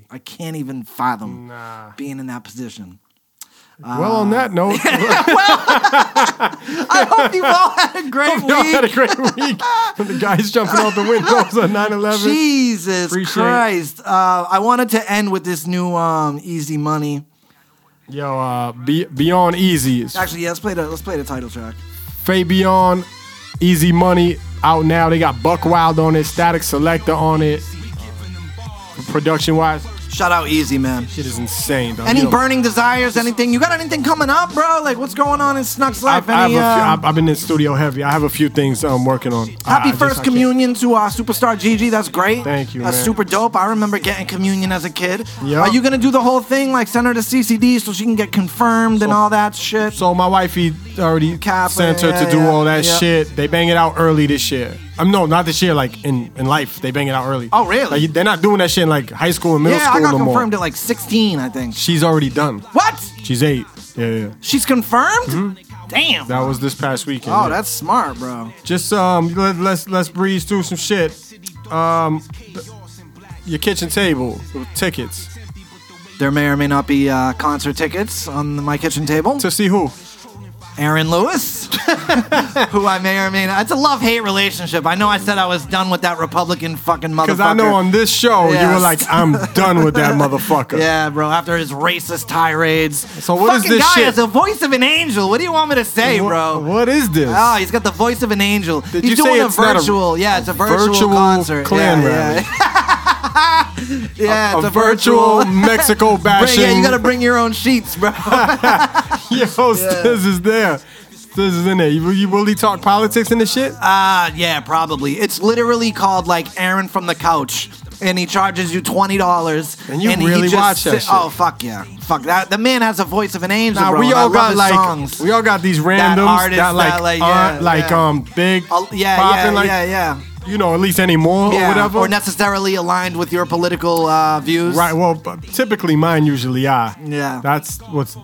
S3: Christ! I can't even fathom
S2: Nah.
S3: being in that position.
S2: Well, on
S3: Ah.
S2: that note,
S3: I hope you all had a great
S2: y'all had a
S3: week.
S2: great week. the guys jumping out the windows on 9/11.
S3: Jesus
S2: Appreciate it.
S3: Christ! Uh, I wanted to end with this new um, Easy Money.
S2: Yo, uh, be, Beyond Easy is
S3: Actually, yeah, let's play the let's play the title track.
S2: Fabian, Easy Money out now. They got Buck Wild on it, Static Selector on it. Production wise,
S3: Shout out Easy, man.
S2: shit is insane. Dog.
S3: Any
S2: You know,
S3: burning desires? Anything? You got anything coming up, bro? Like, what's going on in Snuck's
S2: I, I
S3: life?
S2: have a
S3: Any,
S2: few,
S3: uh,
S2: I've, I've been in studio heavy. I have a few things I'm working on. I- I
S3: Happy
S2: just- I
S3: first
S2: can't-
S3: communion to uh, superstar Gigi. That's great.
S2: Thank you,
S3: That's
S2: man.
S3: super dope. I remember getting communion as a kid.
S2: Yeah.
S3: Are you gonna do the whole thing? Like, send her to CCD so she can get confirmed and all that shit.
S2: So my wifey already
S3: Cap,
S2: sent her
S3: yeah,
S2: to do
S3: yeah,
S2: all that
S3: yeah.
S2: shit. They bang it out early this year. Um, no, not this year. Like in, in life, they bang it out early.
S3: Oh, really?
S2: Like, they're not doing that shit in like high school and middle
S3: yeah, I
S2: school
S3: got
S2: no more.
S3: confirmed at like 16, I think.
S2: She's already done.
S3: What?
S2: She's eight. Yeah, yeah.
S3: She's confirmed?
S2: Mm-hmm.
S3: Damn.
S2: That was this past weekend.
S3: Oh,
S2: yeah.
S3: that's smart, bro.
S2: Just um, let, let's let's breeze through some shit. Um, th- your kitchen table with tickets
S3: There may or may not be uh, concert tickets on my kitchen table.
S2: to see who.
S3: Aaron Lewis, who I may or may not. It's a love hate relationship. I know I said I was done with that Republican fucking motherfucker.
S2: Because I know on this show you
S3: Yes.
S2: were like, I'm done with that motherfucker.
S3: Yeah, bro. After his racist tirades.
S2: So what is
S3: fucking
S2: this
S3: guy
S2: shit?
S3: has the voice of an angel. What do you want me to say,
S2: Wha-
S3: bro?
S2: what is this?
S3: Oh, he's got the voice of an angel.
S2: Did
S3: he's
S2: you
S3: doing
S2: say
S3: a
S2: it's not a-
S3: virtual. yeah, it's a virtual,
S2: virtual
S3: concert.
S2: Klan
S3: yeah,
S2: rally.
S3: Yeah, yeah
S2: a
S3: it's a
S2: virtual Mexico
S3: Bring,
S2: bashing.
S3: yeah, you gotta bring your own sheets, bro.
S2: Yo, Stiz is there. Stiz is in there. You, you really talk politics and this shit?
S3: Ah, yeah, probably. It's literally called like Aaron from the couch, and he charges you twenty dollars.
S2: And you really watch that shit.
S3: Oh fuck yeah, fuck that. The man has a voice of an angel,
S2: Nah,
S3: bro.
S2: we
S3: and I
S2: all
S3: love
S2: got
S3: his
S2: like
S3: songs.
S2: we all got these randoms
S3: artist
S2: that like
S3: that, like,
S2: aren't,
S3: yeah,
S2: like
S3: yeah.
S2: um big
S3: Oh, yeah,
S2: popping
S3: yeah,
S2: like
S3: yeah, yeah,
S2: you know at least anymore
S3: yeah,
S2: or whatever
S3: necessarily aligned with your political uh, views.
S2: Right. Well, but typically mine usually are.
S3: Yeah.
S2: That's what's,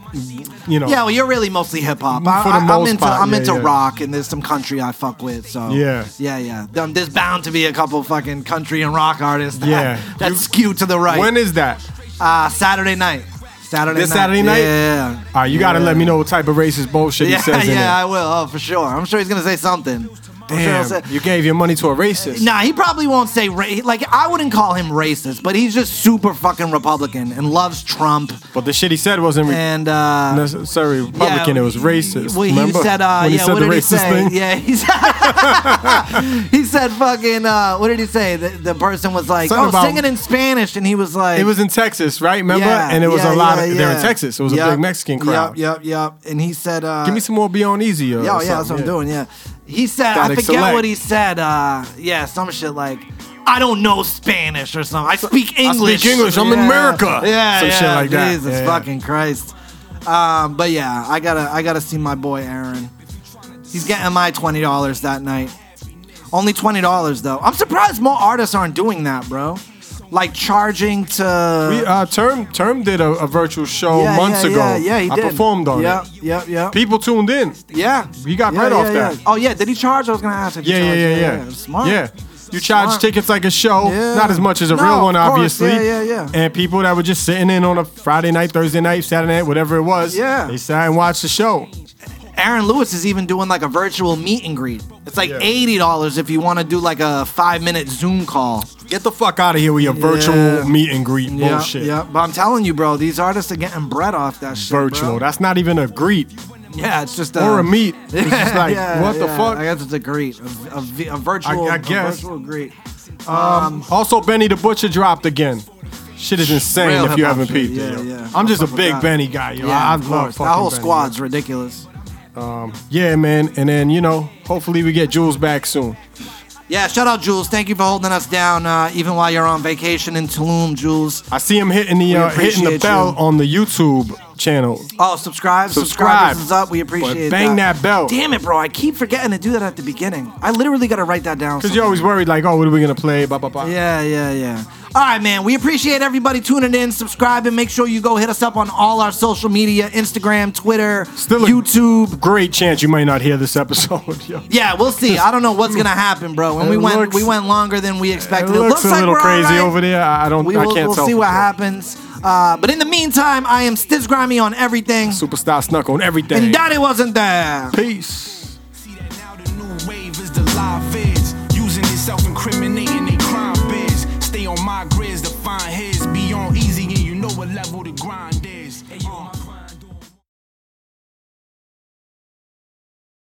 S2: you know.
S3: Yeah, well, you're really mostly hip hop. I-
S2: For the
S3: I- I'm
S2: most
S3: into
S2: part,
S3: I'm
S2: yeah,
S3: into
S2: yeah.
S3: rock, and there's some country I fuck with. So
S2: Yeah.
S3: yeah, yeah. Um, There's bound to be a couple fucking country and rock artists. That,
S2: Yeah.
S3: that
S2: You-
S3: skew to the right.
S2: When is that?
S3: Uh, Saturday night. Saturday
S2: This
S3: night.
S2: Saturday night?
S3: Yeah.
S2: All right, you got to let me know what type of racist bullshit
S3: Yeah,
S2: he says in
S3: yeah, I
S2: it.
S3: will. Oh, for sure. I'm sure he's gonna say something. Cheryl
S2: Damn,
S3: said-
S2: you gave your money to a racist.
S3: Nah, he probably won't say ra- like I wouldn't call him racist, but he's just super fucking Republican and loves Trump
S2: But the shit he said wasn't re-
S3: and uh
S2: necessarily Republican.
S3: yeah,
S2: it was racist.
S3: Well, he
S2: remember?
S3: said uh
S2: when he
S3: yeah,
S2: said
S3: what
S2: the
S3: did he
S2: racist
S3: say?
S2: thing.
S3: Yeah, he said He said fucking uh what did he say? The, the person was like,
S2: Something
S3: "Oh,
S2: about-
S3: sing it in Spanish." And he was like
S2: It was in Texas, right? Remember?
S3: yeah,
S2: and it was
S3: yeah,
S2: a lot.
S3: yeah,
S2: of, They were in
S3: yeah.
S2: Texas. It was
S3: Yep,
S2: a big Mexican crowd.
S3: Yep, yep, yep. And he said uh
S2: Give me some more Beyond Easy. uh,
S3: Yeah,
S2: Or
S3: yeah, that's what I'm
S2: something,
S3: doing. Yeah, he said. I
S2: Static
S3: forget
S2: Select.
S3: what he said. Uh, yeah, some shit like, I don't know Spanish or something. I speak English.
S2: English. I'm in
S3: Yeah.
S2: America.
S3: Yeah,
S2: Some
S3: yeah,
S2: shit like that.
S3: Jesus
S2: Yeah, yeah.
S3: fucking Christ. Um, but yeah, I gotta, I gotta see my boy Aaron. He's getting my twenty dollars that night. Only twenty dollars though. I'm surprised more artists aren't doing that, bro. Like charging to.
S2: We, uh, Term Term did a, a virtual show
S3: yeah,
S2: months
S3: yeah,
S2: ago.
S3: Yeah, yeah, he
S2: I
S3: did.
S2: performed on
S3: yep,
S2: it.
S3: Yep, yep,
S2: People tuned in.
S3: Yeah,
S2: He got
S3: yeah,
S2: right
S3: yeah,
S2: off
S3: yeah.
S2: that.
S3: Oh yeah, did he charge? I was gonna ask. if he
S2: Yeah, yeah,
S3: charged.
S2: yeah, yeah.
S3: Smart.
S2: Yeah. You charge
S3: Smart.
S2: tickets like a show,
S3: Yeah.
S2: not as much as a
S3: No,
S2: real one,
S3: of course.
S2: obviously.
S3: Yeah, yeah, yeah.
S2: And people that were just sitting in on a Friday night, Thursday night, Saturday night, whatever it was,
S3: Yeah.
S2: they sat and watched the show.
S3: Aaron Lewis is even doing like a virtual meet and greet. It's like eighty dollars if you want to do like a five minute Zoom call.
S2: Get the fuck out of here with your virtual
S3: Yeah.
S2: meet and greet
S3: Yeah,
S2: bullshit.
S3: yeah. But I'm telling you, bro, these artists are getting bread off that shit. bro.
S2: Virtual. That's not even a greet
S3: yeah, it's just
S2: or a
S3: um,
S2: meet. It's just like,
S3: yeah,
S2: what the
S3: yeah.
S2: fuck?
S3: I guess it's a greet, a, a vi- a virtual,
S2: I
S3: a
S2: guess.
S3: virtual greet.
S2: Also, Benny the Butcher dropped again. Shit is insane
S3: Real
S2: if you
S3: hip-hop
S2: haven't
S3: shit,
S2: peeped it.
S3: yeah,
S2: yo.
S3: yeah.
S2: I'm just
S3: I
S2: a
S3: fuck
S2: big
S3: with that.
S2: Benny guy. Yo.
S3: Yeah,
S2: I, I
S3: of
S2: love
S3: course.
S2: fucking
S3: That whole
S2: Benny.
S3: squad's ridiculous.
S2: Yeah, man. And then, you know, hopefully we get Jules back soon.
S3: Yeah, shout out Jules. Thank you for holding us down, uh, even while you're on vacation in Tulum, Jules.
S2: I see him hitting the uh, hitting the
S3: appreciate
S2: bell
S3: you.
S2: on the YouTube channel.
S3: Oh, subscribe, subscribe.
S2: Subscribe.
S3: This is up. We appreciate
S2: But bang that bell.
S3: Damn it, bro! I keep forgetting to do that at the beginning. I literally got to write that down.
S2: Cause you're always worried, like, oh, what are we gonna play? Blah blah blah.
S3: Yeah, yeah, yeah. All right, man. We appreciate everybody tuning in, subscribing. Make sure you go hit us up on all our social media: Instagram, Twitter,
S2: Still a-
S3: YouTube.
S2: Great chance you might not hear this episode. Yo.
S3: Yeah, we'll see. I don't know what's gonna happen, bro. And we
S2: It
S3: went
S2: looks-
S3: we went longer than we
S2: It
S3: expected.
S2: looks, a
S3: like
S2: little
S3: we're all
S2: crazy
S3: right.
S2: over there. I I don't.
S3: We
S2: I
S3: will,
S2: can't
S3: we'll
S2: tell.
S3: see
S2: for
S3: what
S2: sure.
S3: happens. Uh, but in the meantime, I am Stiz Grimy on everything,
S2: Superstar snuck on everything.
S3: and Daddy wasn't there.
S2: Peace.
S7: See that now the new wave is the live vids. Using it self-incriminating they crime biz. Stay on my grids to find his. Be on easy and you know what level to grind